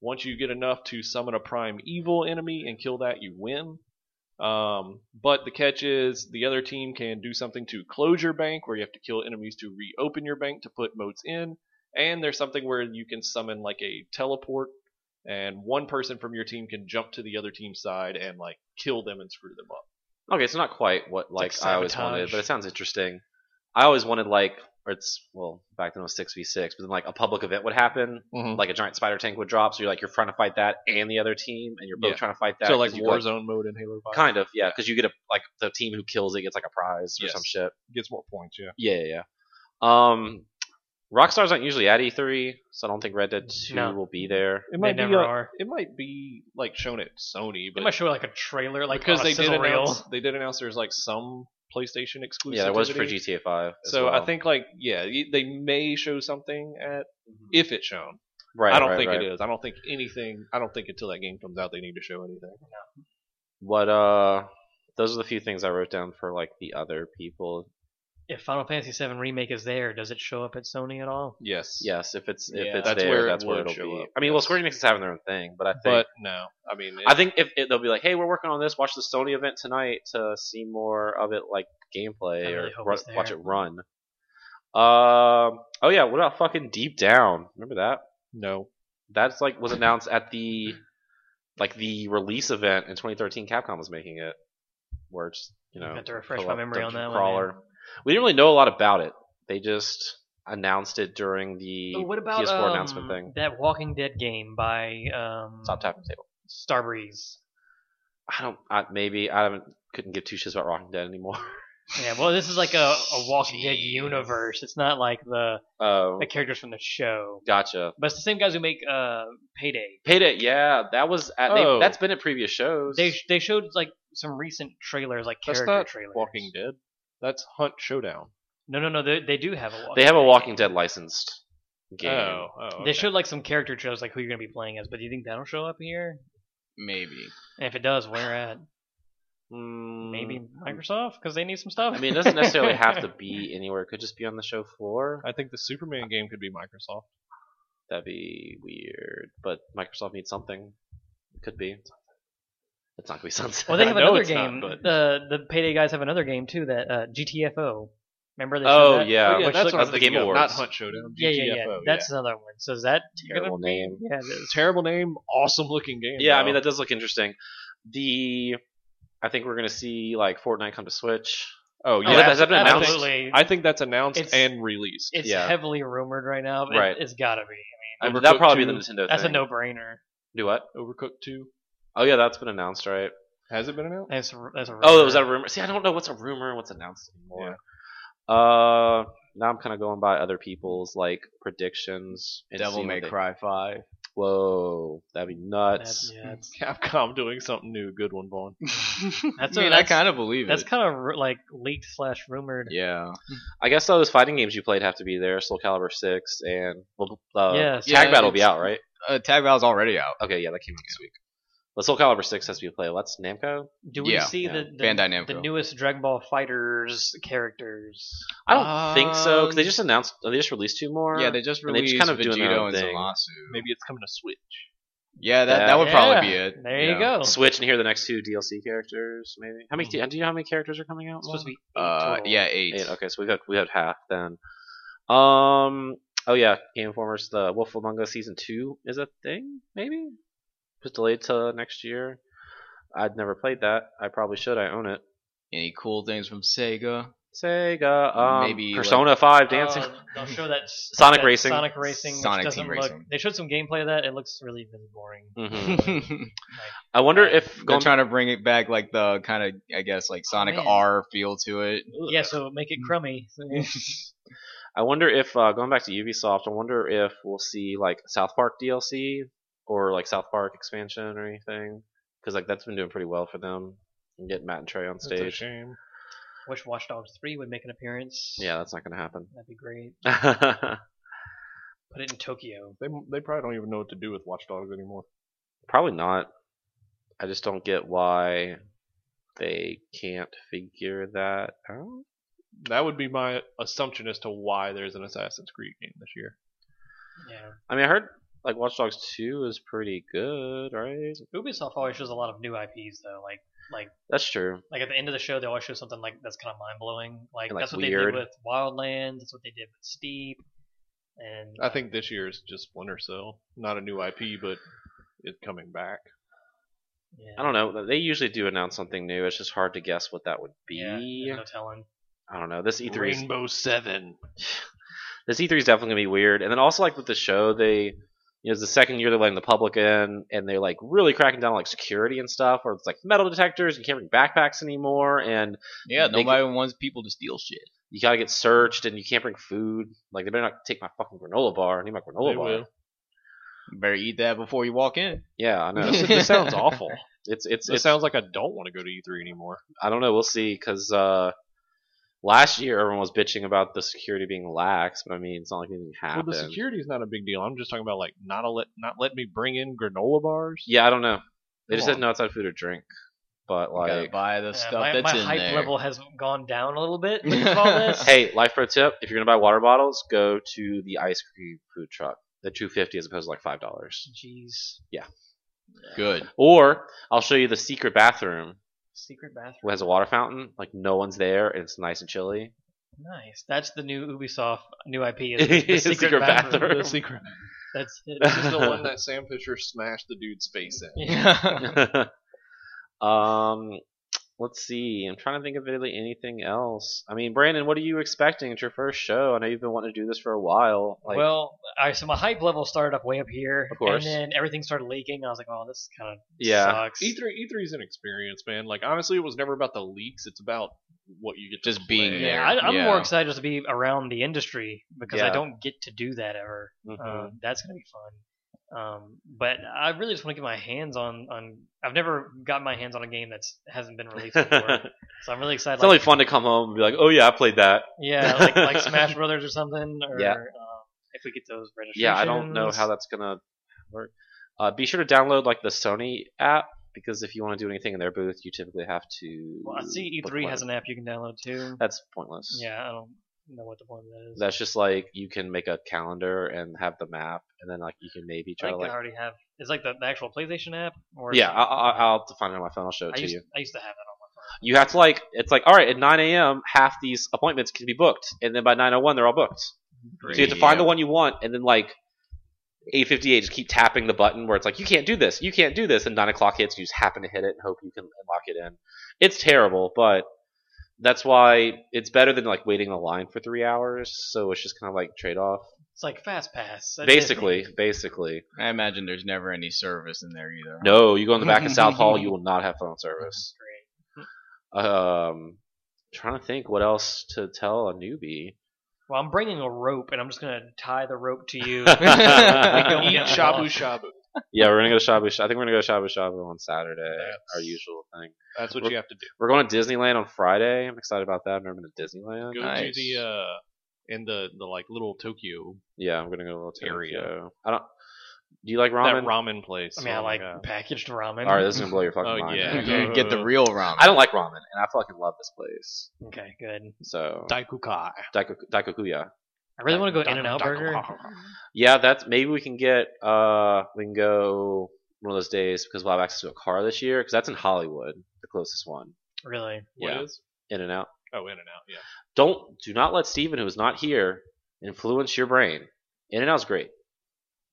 S4: Once you get enough to summon a prime evil enemy and kill that, you win. Um, but the catch is the other team can do something to close your bank, where you have to kill enemies to reopen your bank to put moats in. And there's something where you can summon like a teleport, and one person from your team can jump to the other team's side and like kill them and screw them up.
S1: Okay, it's not quite what like,
S5: like
S1: I always wanted,
S5: sabotage.
S1: but it sounds interesting. I always wanted like, or it's well back then it was six v six, but then like a public event would happen,
S4: Mhm.
S1: like a giant spider tank would drop, so you're like you're trying to fight that and the other team, and you're both
S4: Yeah.
S1: trying to fight that.
S4: so
S1: 'cause
S4: like
S1: you,
S4: Warzone mode in Halo Five
S1: kind of yeah, because you get a like the team who kills it gets like a prize or
S4: Yes.
S1: some shit.
S4: gets more points. Yeah.
S1: Yeah, yeah. yeah. Um, Rockstar's aren't usually at E3, so I don't think Red Dead Two
S5: No.
S1: will be there.
S4: It
S5: They
S4: might be.
S5: never
S4: uh
S5: are.
S4: it might be like shown at Sony,
S5: They
S4: but
S5: might show like a trailer, like
S4: because
S5: on a
S4: they did
S5: sizzle reel.
S4: announce they did announce there's like some PlayStation exclusivity.
S1: Yeah, there was for GTA Five. as
S4: So I
S1: well.
S4: think like yeah, y- they may show something at
S5: Mm-hmm.
S4: if it's shown.
S1: right.
S4: I don't
S1: right,
S4: think
S1: right.
S4: it is. I don't think anything. I don't think until that game comes out they need to show anything.
S1: What uh, those are the few things I wrote down for like the other people.
S5: If Final Fantasy VII remake is there, does it show up at Sony at all?
S4: Yes.
S1: Yes, if it's if
S3: Yeah.
S1: it's
S4: That's
S1: there,
S4: where it
S1: that's where
S4: would
S1: it'll
S4: show
S1: be.
S4: up,
S1: I mean, well,
S4: yes.
S1: Square Enix is having their own thing, but I think
S4: But no, I mean,
S1: I think if it, they'll be like, hey, we're working on this, watch the Sony event tonight to see more of it, like gameplay
S5: I
S1: or
S5: really hope
S1: ru-
S5: it's there.
S1: watch it run. Um. Oh yeah. What about fucking Deep Down? Remember that?
S4: no.
S1: That's like was announced at the like the release event in 2013. Capcom was making it. Where it's you know
S5: I've got to refresh
S1: pull
S5: my
S1: up
S5: memory on
S1: Dungeon
S5: that
S1: crawler.
S5: one. man.
S1: We didn't really know a lot about it. They just announced it during the
S5: Oh, what about
S1: PS4
S5: um,
S1: announcement thing.
S5: that Walking Dead game by um,
S1: Stop tapping the table.
S5: Starbreeze?
S1: I don't. I, maybe I haven't. Couldn't give two shits about Walking Dead anymore.
S5: Yeah, well, this is like a, a Walking Dead universe. It's not like the
S1: Oh,
S5: the characters from the show,
S1: gotcha.
S5: but it's the same guys who make uh, Payday.
S1: Payday. Yeah, that was. At, they-
S4: Oh.
S1: that's been at previous shows.
S5: They sh- they showed like some recent trailers, like
S4: That's
S5: character
S4: not
S5: trailers.
S4: Walking Dead. That's Hunt Showdown.
S5: No, no, no. They, they do have a Walking.
S1: They have a
S5: Dead
S1: Walking
S5: game.
S1: Dead licensed game.
S4: Oh, oh
S5: They
S4: okay.
S5: showed like some character trailers, like who you're gonna be playing as. But do you think that'll show up here?
S3: Maybe.
S5: And if it does, where at?
S1: Mm,
S5: Maybe Microsoft, because they need some stuff.
S1: I mean, it doesn't necessarily have to be anywhere. It could just be on the show floor.
S4: I think the Superman game could be Microsoft.
S1: That'd be weird. But Microsoft needs something. It could be. It's not gonna be Sunset.
S5: Well, they
S4: I
S5: have
S4: know
S5: another
S4: it's not,
S5: game.
S4: but-
S5: the the Payday guys have another game too. That uh, GTFO. Remember they showed
S1: Oh
S5: that?
S1: yeah,
S4: Oh, yeah,
S1: which
S4: that's
S1: look-
S4: what
S1: that's
S4: I'm
S1: the Game
S4: thinking of,
S1: Awards.
S4: Not Hunt Showdown.
S5: yeah, yeah, yeah.
S4: GTFO,
S5: That's another one. So is that together?
S1: terrible name.
S5: Yeah, it is.
S4: terrible name, awesome looking game.
S1: Yeah, I
S4: though.
S1: mean that does look interesting. The I think we're gonna see like Fortnite come to Switch.
S4: oh yeah,
S1: yeah, that's-
S4: that's-
S1: that's- announced?
S5: absolutely.
S4: I think that's announced
S5: It's-
S4: and released.
S5: it's
S1: yeah.
S5: heavily rumored right now. But
S1: Right.
S5: It, it's got to be.
S1: I-
S4: Overcooked
S1: That'll probably be the
S4: 2.
S1: Nintendo.
S5: That's a
S1: thing.
S5: no-brainer.
S1: Do what?
S4: Overcooked Two
S1: Oh yeah, that's been announced, right?
S4: has it been announced?
S5: That's that's a
S1: Oh,
S5: rumor.
S1: was that a rumor? See, I don't know what's a rumor and what's announced anymore. Uh, now I'm kind of going by other people's like predictions. and
S3: Devil
S1: seeing what
S3: May
S1: they-
S3: Cry Five.
S1: Whoa, that'd be nuts.
S5: That's, yeah, that's,
S4: Capcom doing something new. Good one, Vaughn.
S5: that's
S3: I
S5: a-
S3: mean, I
S5: that's-
S3: kind of believe
S5: that's
S3: it.
S5: kind of like leaked slash rumored.
S3: yeah.
S1: I guess those fighting games you played have to be there. Soul Calibur Six and well, uh,
S5: Yes.
S1: Tag
S3: Yeah,
S1: Battle will be
S3: it's-
S1: out, right?
S3: Uh, Tag Battle's already out.
S1: Okay, yeah, that came out this week. But Soul Calibur Six has to be played. That's Namco.
S5: Do we
S3: Yeah,
S5: see
S1: yeah.
S5: the the,
S3: Bandai
S5: the
S3: Namco.
S5: newest Dragon Ball Fighters characters?
S1: I don't think so because they
S3: Um,
S1: just announced they just released two more.
S3: Yeah, they just
S1: And they just
S3: released
S1: kind of doing their
S3: Vegito
S1: own
S3: and
S1: thing.
S3: Zamasu.
S4: Maybe it's coming to Switch.
S3: Yeah, that,
S1: Yeah.
S3: that would probably be
S5: Yeah,
S3: it.
S5: There
S3: Yeah.
S5: you go.
S1: Switch and here are the next two DLC characters. Maybe how many? Do you know how many characters are coming out?
S5: It's supposed to be eight
S3: Uh,
S5: total.
S3: yeah, eight.
S1: Eight, Okay, so we've had we had half then. Um. Oh yeah, Game Informers, the Wolf Among Us season two is a thing. Maybe just delayed to uh, next year. I'd never played that. I probably should. I own it.
S3: Any cool things from Sega?
S1: Sega. Um,
S3: Maybe,
S1: Persona Five Dancing.
S5: Uh, they'll show that s-
S1: Sonic
S5: that
S1: Racing.
S5: Sonic Racing. which
S3: Sonic
S5: doesn't
S3: Team
S5: look-
S3: Racing.
S5: They showed some gameplay of that. It looks really really boring.
S1: hmm
S3: They're
S1: I wonder if going
S3: trying to bring it back, like the kind of, I guess, like Sonic
S5: Oh, man.
S3: R feel to it.
S1: Mm.
S5: Yeah, so make
S3: Mm.
S5: it crummy.
S1: I wonder if uh, going back to Ubisoft, I wonder if we'll see like South Park DLC or like South Park expansion or anything because like that's been doing pretty well for them. And getting Matt and Trey on
S4: That's a
S1: stage.
S4: shame.
S5: Wish Watch Dogs Three would make an appearance.
S1: yeah, that's not gonna happen.
S5: that'd be great. Put it in Tokyo.
S4: They they probably don't even know what to do with Watch Dogs anymore.
S1: Probably not. I just don't get why they can't figure that out.
S4: That would be my assumption as to why there's an Assassin's Creed game this year.
S5: Yeah,
S1: I mean, I heard like Watch Dogs Two is pretty good, right?
S5: Ubisoft always shows a lot of new IPs though. Like like
S1: That's true.
S5: like at the end of the show, they always show something like that's kind of mind blowing. Like,
S1: And, like,
S5: that's what
S1: weird.
S5: they did with Wildlands. That's what they did with Steep. And
S4: I think this year is just Splinter Cell, not a new IP, but it coming back.
S5: yeah,
S1: I don't know. They usually do announce something new. It's just hard to guess what that would be.
S5: Yeah, there's no telling.
S1: I don't know. This
S4: E
S1: E3 is
S4: Rainbow Seven.
S1: this E3 is definitely gonna be weird. And then also like with the show, they you know, it's the second year they're letting the public in, and they're like really cracking down on like security and stuff, where it's like metal detectors, you can't bring backpacks anymore, and
S3: Yeah,
S1: They
S3: nobody wants people to steal shit.
S1: you gotta get searched, and you can't bring food. Like they better not take my fucking granola bar. I need my granola
S4: They
S1: bar.
S4: will.
S3: You better eat that before you walk in.
S1: Yeah, I know.
S4: This, this sounds awful.
S1: it's it's
S4: It
S1: it's.
S4: sounds like I don't want to go to E3 anymore.
S1: I don't know. We'll see, because uh, last year everyone was bitching about the security being lax, but I mean it's not like anything
S4: Well,
S1: happened.
S4: the security is not a big deal. I'm just talking about like not a let not let me bring in granola bars.
S1: yeah, I don't know. They
S4: Come
S1: just said no outside food or drink, but
S3: You gotta
S1: like
S3: buy the
S5: Yeah,
S3: stuff
S5: my,
S3: that's
S5: my
S3: in
S5: hype
S3: there.
S5: level has gone down a little bit with all this.
S1: Hey, life pro tip: if you're gonna buy water bottles, go to the ice cream food truck. The two fifty as opposed to like five dollars.
S5: Jeez,
S3: Good.
S1: Or I'll show you the secret bathroom
S5: secret bathroom.
S1: that has a water fountain. Like no one's there, and it's nice and chilly.
S5: Nice. That's the new Ubisoft new IP. Is the,
S1: Secret
S5: the secret, bathroom.
S1: bathroom.
S4: The secret.
S5: That's it.
S4: This is the one that Sam Fisher smashed the dude's face in.
S1: um, let's see. I'm trying to think of really anything else. I mean, Brandon, what are you expecting? It's your first show. I know you've been wanting to do this for a while. Like,
S5: well, I, so my hype level started up way up here,
S1: Of course.
S5: and then everything started leaking. I was like, "Oh, this kind of
S1: Yeah. E
S5: sucks."
S4: E3 E3 E is an experience, man. Like honestly, it was never about the leaks. It's about what you get to
S3: Just being
S4: play.
S3: there.
S5: Yeah, I, I'm
S3: Yeah.
S5: more excited to be around the industry because I
S1: Yeah.
S5: don't get to do that ever.
S1: Mhm.
S5: Uh, that's gonna be fun. Um, but I really just want to get my hands on on. I've never gotten my hands on a game that's hasn't been released before,
S1: it's
S5: so I'm really excited.
S1: only
S5: Like,
S1: fun to come home and be like, oh yeah, I played that.
S5: yeah, like, like Smash Brothers or something. Or,
S1: Yeah.
S5: Um, if we get those registrations.
S1: Yeah, I don't know how that's gonna work. Uh, be sure to download like the Sony app because if you want to do anything in their booth, you typically have to.
S5: Well, I see
S1: book
S5: E3 has
S1: one.
S5: an app you can download too.
S1: That's pointless.
S5: Yeah, I don't know what the point of that is.
S1: That's just like you can make a calendar and have the map, and then like you can maybe
S5: I
S1: try to
S5: think
S1: like.
S5: I already have. It's like the, the actual PlayStation app. uh, Or
S1: Yeah, I, I, I'll have to find it on my phone. I'll show it
S5: I
S1: to
S5: used,
S1: you.
S5: I used to have that on my phone.
S1: you have to like it's like all right at 9 a.m. half these appointments can be booked, and then by 9:01 they're all booked. So you have to find the one you want, and then like 858 just keep tapping the button where it's like you can't do this, you can't do this, and nine o'clock hits, you just happen to hit it and hope you can lock it in. It's terrible, but that's why it's better than like waiting in a line for three hours. So it's just kind of like trade off,
S5: It's like fast pass. That's
S1: basically, basically.
S3: I imagine there's never any service in there either.
S1: No, you go in the back of South Hall, you will not have phone service. Um, trying to think what else to tell a newbie.
S5: Well, I'm bringing a rope, and I'm just gonna tie the rope to you.
S1: yeah,
S5: Don't
S4: Eat
S5: get
S4: shabu
S5: lost.
S4: shabu.
S1: we're gonna go to shabu. Sh- I think we're gonna go to shabu shabu on Saturday, our
S4: That's-
S1: usual thing.
S4: That's what you have to do.
S1: We're going to Disneyland on Friday. I'm excited about that. I've never been to Disneyland.
S4: Go
S3: Nice.
S4: to the uh in the the like little Tokyo
S1: Yeah, I'm gonna go to little Tokyo.
S4: Area.
S1: I don't. Do you like ramen?
S4: that ramen place.
S5: I mean, I
S4: Oh my
S5: like
S4: God.
S5: packaged ramen.
S1: All right, this is gonna blow your fucking
S4: Oh,
S1: mind.
S4: yeah.
S3: Dude, get the real ramen.
S1: I don't like ramen, and I fucking love this place.
S5: okay, good.
S1: So
S4: Daikukai.
S1: Daiko- Daikokuya.
S5: I really want to go
S4: Daikukai.
S5: In and Out Burger.
S1: Yeah, that's maybe we can get. Uh, we can go one of those days because we'll have access to a car this year because that's in Hollywood, the closest one.
S5: Really?
S4: What
S1: yeah,
S4: is?
S1: In and Out.
S4: Oh, in and out. Yeah.
S1: Don't do not let Steven, who is not here, influence your brain. In and Out's great.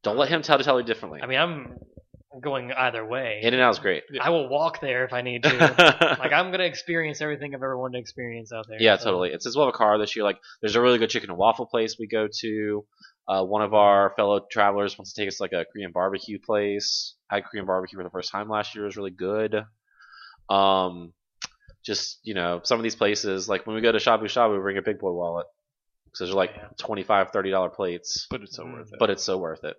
S1: Don't let him tell to tell you differently.
S5: I mean, I'm going either way.
S1: in and Out's great.
S5: I will walk there if I need to. like, I'm gonna experience everything I've ever wanted to experience out there.
S1: Yeah,
S5: so-
S1: totally. It's as well a car this year. Like, there's a really good chicken and waffle place we go to. Uh, one of our fellow travelers wants to take us to, like a Korean barbecue place. I had Korean barbecue for the first time last year. It was really good. Um, just you know, some of these places like when we go to Shabu Shabu, we bring a big boy wallet because they're like
S5: Yeah.
S1: twenty five, thirty dollar plates,
S4: But it's so
S5: Mm.
S4: worth it.
S1: but it's so worth it.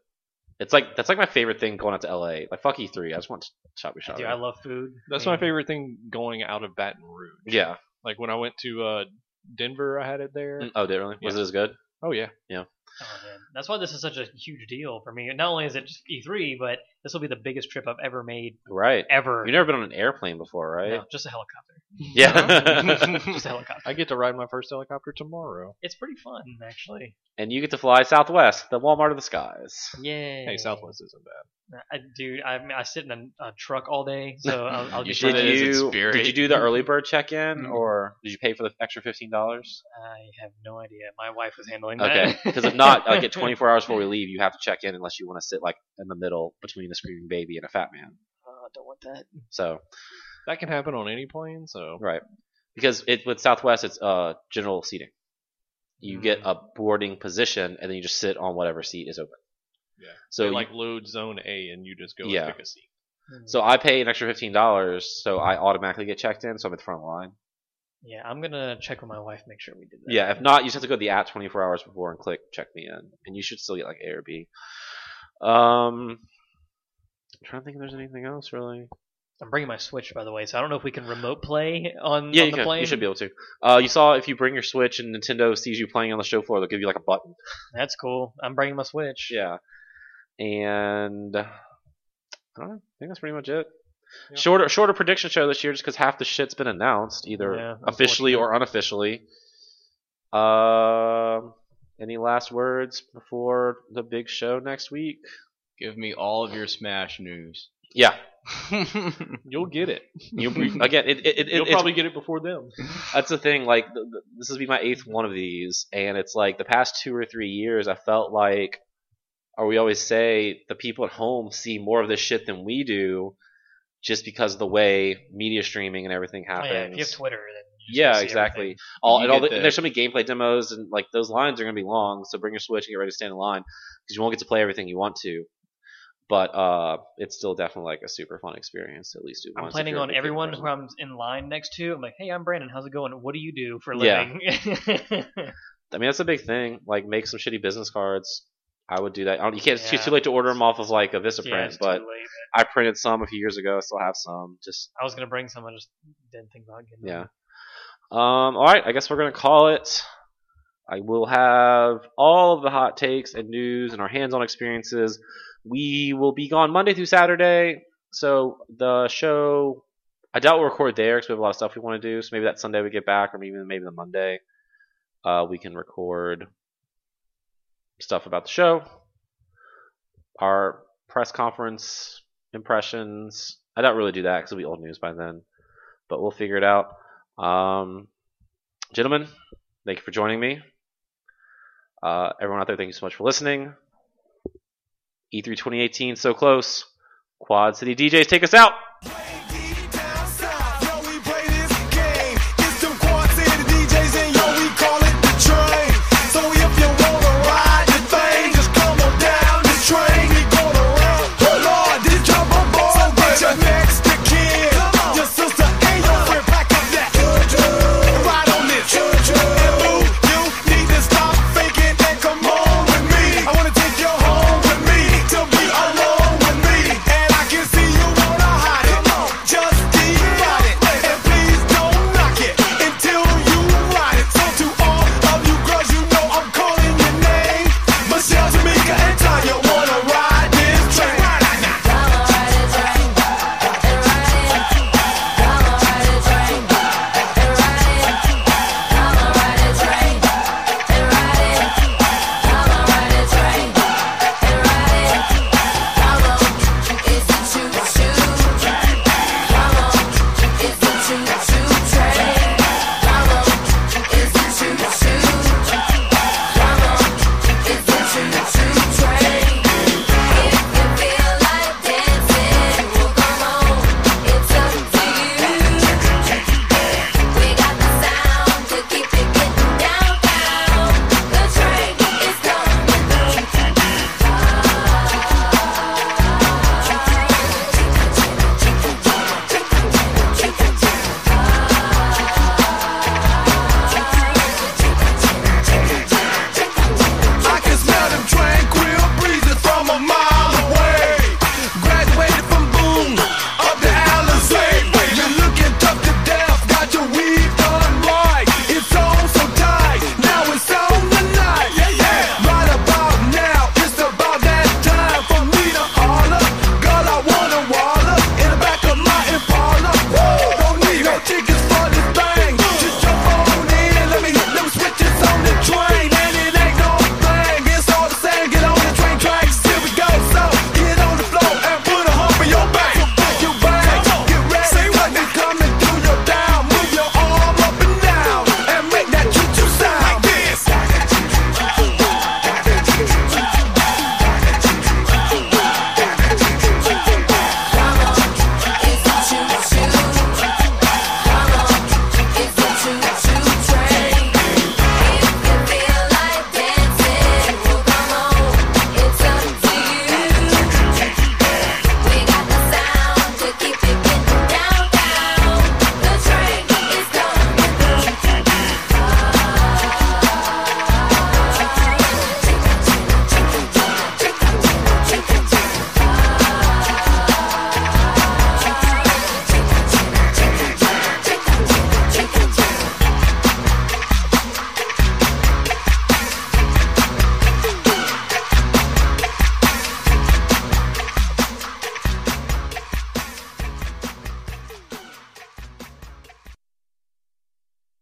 S1: It's like that's like my favorite thing going out to LA. Like fuck E three, I just want Shabu Shabu.
S5: Dude, I love food.
S4: That's
S5: I
S4: my
S5: mean,
S4: favorite thing going out of Baton Rouge.
S1: yeah.
S4: Like when I went to uh, Denver, I had it there.
S1: Mm, Oh, did it really? Was
S4: Yeah.
S1: it as good?
S4: Oh yeah.
S5: oh, man. That's why this is such a huge deal for me. Not only is it just E3, but this will be the biggest trip I've ever made
S1: Right.
S5: ever.
S1: You've never been on an airplane before, right?
S5: No, just a helicopter.
S1: Yeah.
S5: Just a helicopter.
S4: I get to ride my first helicopter tomorrow.
S5: It's pretty fun, actually.
S1: and you get to fly Southwest, the Walmart of the skies.
S5: Yay.
S4: Hey, Southwest isn't bad.
S5: I, dude, I, I sit in a, a truck all day, so I'll, I'll
S3: You
S5: get
S3: sure
S5: my-
S3: that is in
S1: did you
S3: spirit.
S1: did you do the early bird check-in,
S5: Mm-hmm.
S3: Mm.
S1: or did you pay for the extra fifteen dollars?
S5: I have no idea. My wife was handling that.
S1: Okay, because if not, like at 24 hours before we leave, you have to check in unless you want to sit like in the middle between a screaming baby and a fat man.
S5: Uh, don't want that.
S1: So
S4: That can happen on any plane, so
S1: right, because it with Southwest, it's uh general seating. You get a boarding position, and then you just sit on whatever seat is open.
S4: Yeah.
S1: So
S4: They,
S1: you-
S4: like load zone A and you just go
S1: Yeah.
S4: and pick a seat.
S1: so I pay an extra fifteen dollars, so I automatically get checked in, so I'm at the front line.
S5: yeah, I'm gonna check with my wife, make sure we did that.
S1: Yeah, if not, you just have to go to the app 24 hours before and click check me in, and you should still get like ARB. Um, I'm trying to think if there's anything else really.
S5: I'm bringing my Switch, by the way, so I don't know if we can remote play on,
S1: Yeah,
S5: on
S1: you,
S5: the
S1: can.
S5: plane.
S1: you should be able to. Uh, you saw if you bring your Switch and Nintendo sees you playing on the show floor, they'll give you like a button.
S5: That's cool. I'm bringing my Switch.
S1: Yeah, and I don't know. I think that's pretty much it.
S4: Yeah.
S1: Shorter, shorter prediction show this year, just because half the shit's been announced, either
S5: Yeah,
S1: officially or unofficially. Um, any last words before the big show next week?
S3: Give me all of your Smash news.
S1: Yeah,
S4: You'll get it.
S1: you again. It, it, it,
S4: You'll
S1: it's,
S4: probably get it before them.
S1: that's the thing. Like th- th- this will be my eighth one of these, and it's like the past two or three years, I felt like, or we always say, the people at home see more of this shit than we do, just because of the way media streaming and everything
S5: Oh,
S1: happens.
S5: yeah, if you have Twitter, then you just
S1: Yeah,
S5: see
S1: exactly.
S5: everything.
S1: All
S3: You
S1: and all the,
S3: get
S1: and
S3: the-
S1: there's so many gameplay demos, and like those lines are gonna be long. So bring your Switch and get ready to stand in line because you won't get to play everything you want to. But uh, it's still definitely like a super fun experience. to At least do
S5: I'm
S1: once if
S5: planning
S1: you're a
S5: on
S1: big gamer
S5: everyone
S1: person.
S5: who I'm in line next to. I'm like, hey, I'm Brandon. How's it going? What do you do for a
S1: Yeah.
S5: living?
S1: I mean, that's a big thing. Like, make some shitty business cards. I would do that. I don't, you can't. It's
S5: Yeah.
S1: too late to order them off of like a Vista
S5: yeah,
S1: print,
S5: it's
S1: but
S5: too late.
S1: I printed some a few years ago. I still have some. Just
S5: I was gonna bring some. I just didn't think about getting.
S1: yeah.
S5: them.
S1: Um. All right. I guess we're gonna call it. I will have all of the hot takes and news and our hands-on experiences. We will be gone Monday through Saturday, so the show. I doubt we'll record there because we have a lot of stuff we want to do. So maybe that Sunday we get back, or even maybe the Monday, uh, we can record stuff about the show, our press conference impressions. I don't really do that because it'll be old news by then. but we'll figure it out. Um, gentlemen, thank you for joining me. Uh, everyone out there, thank you so much for listening. E E3 2018, so close. Quad City DJs, take us out.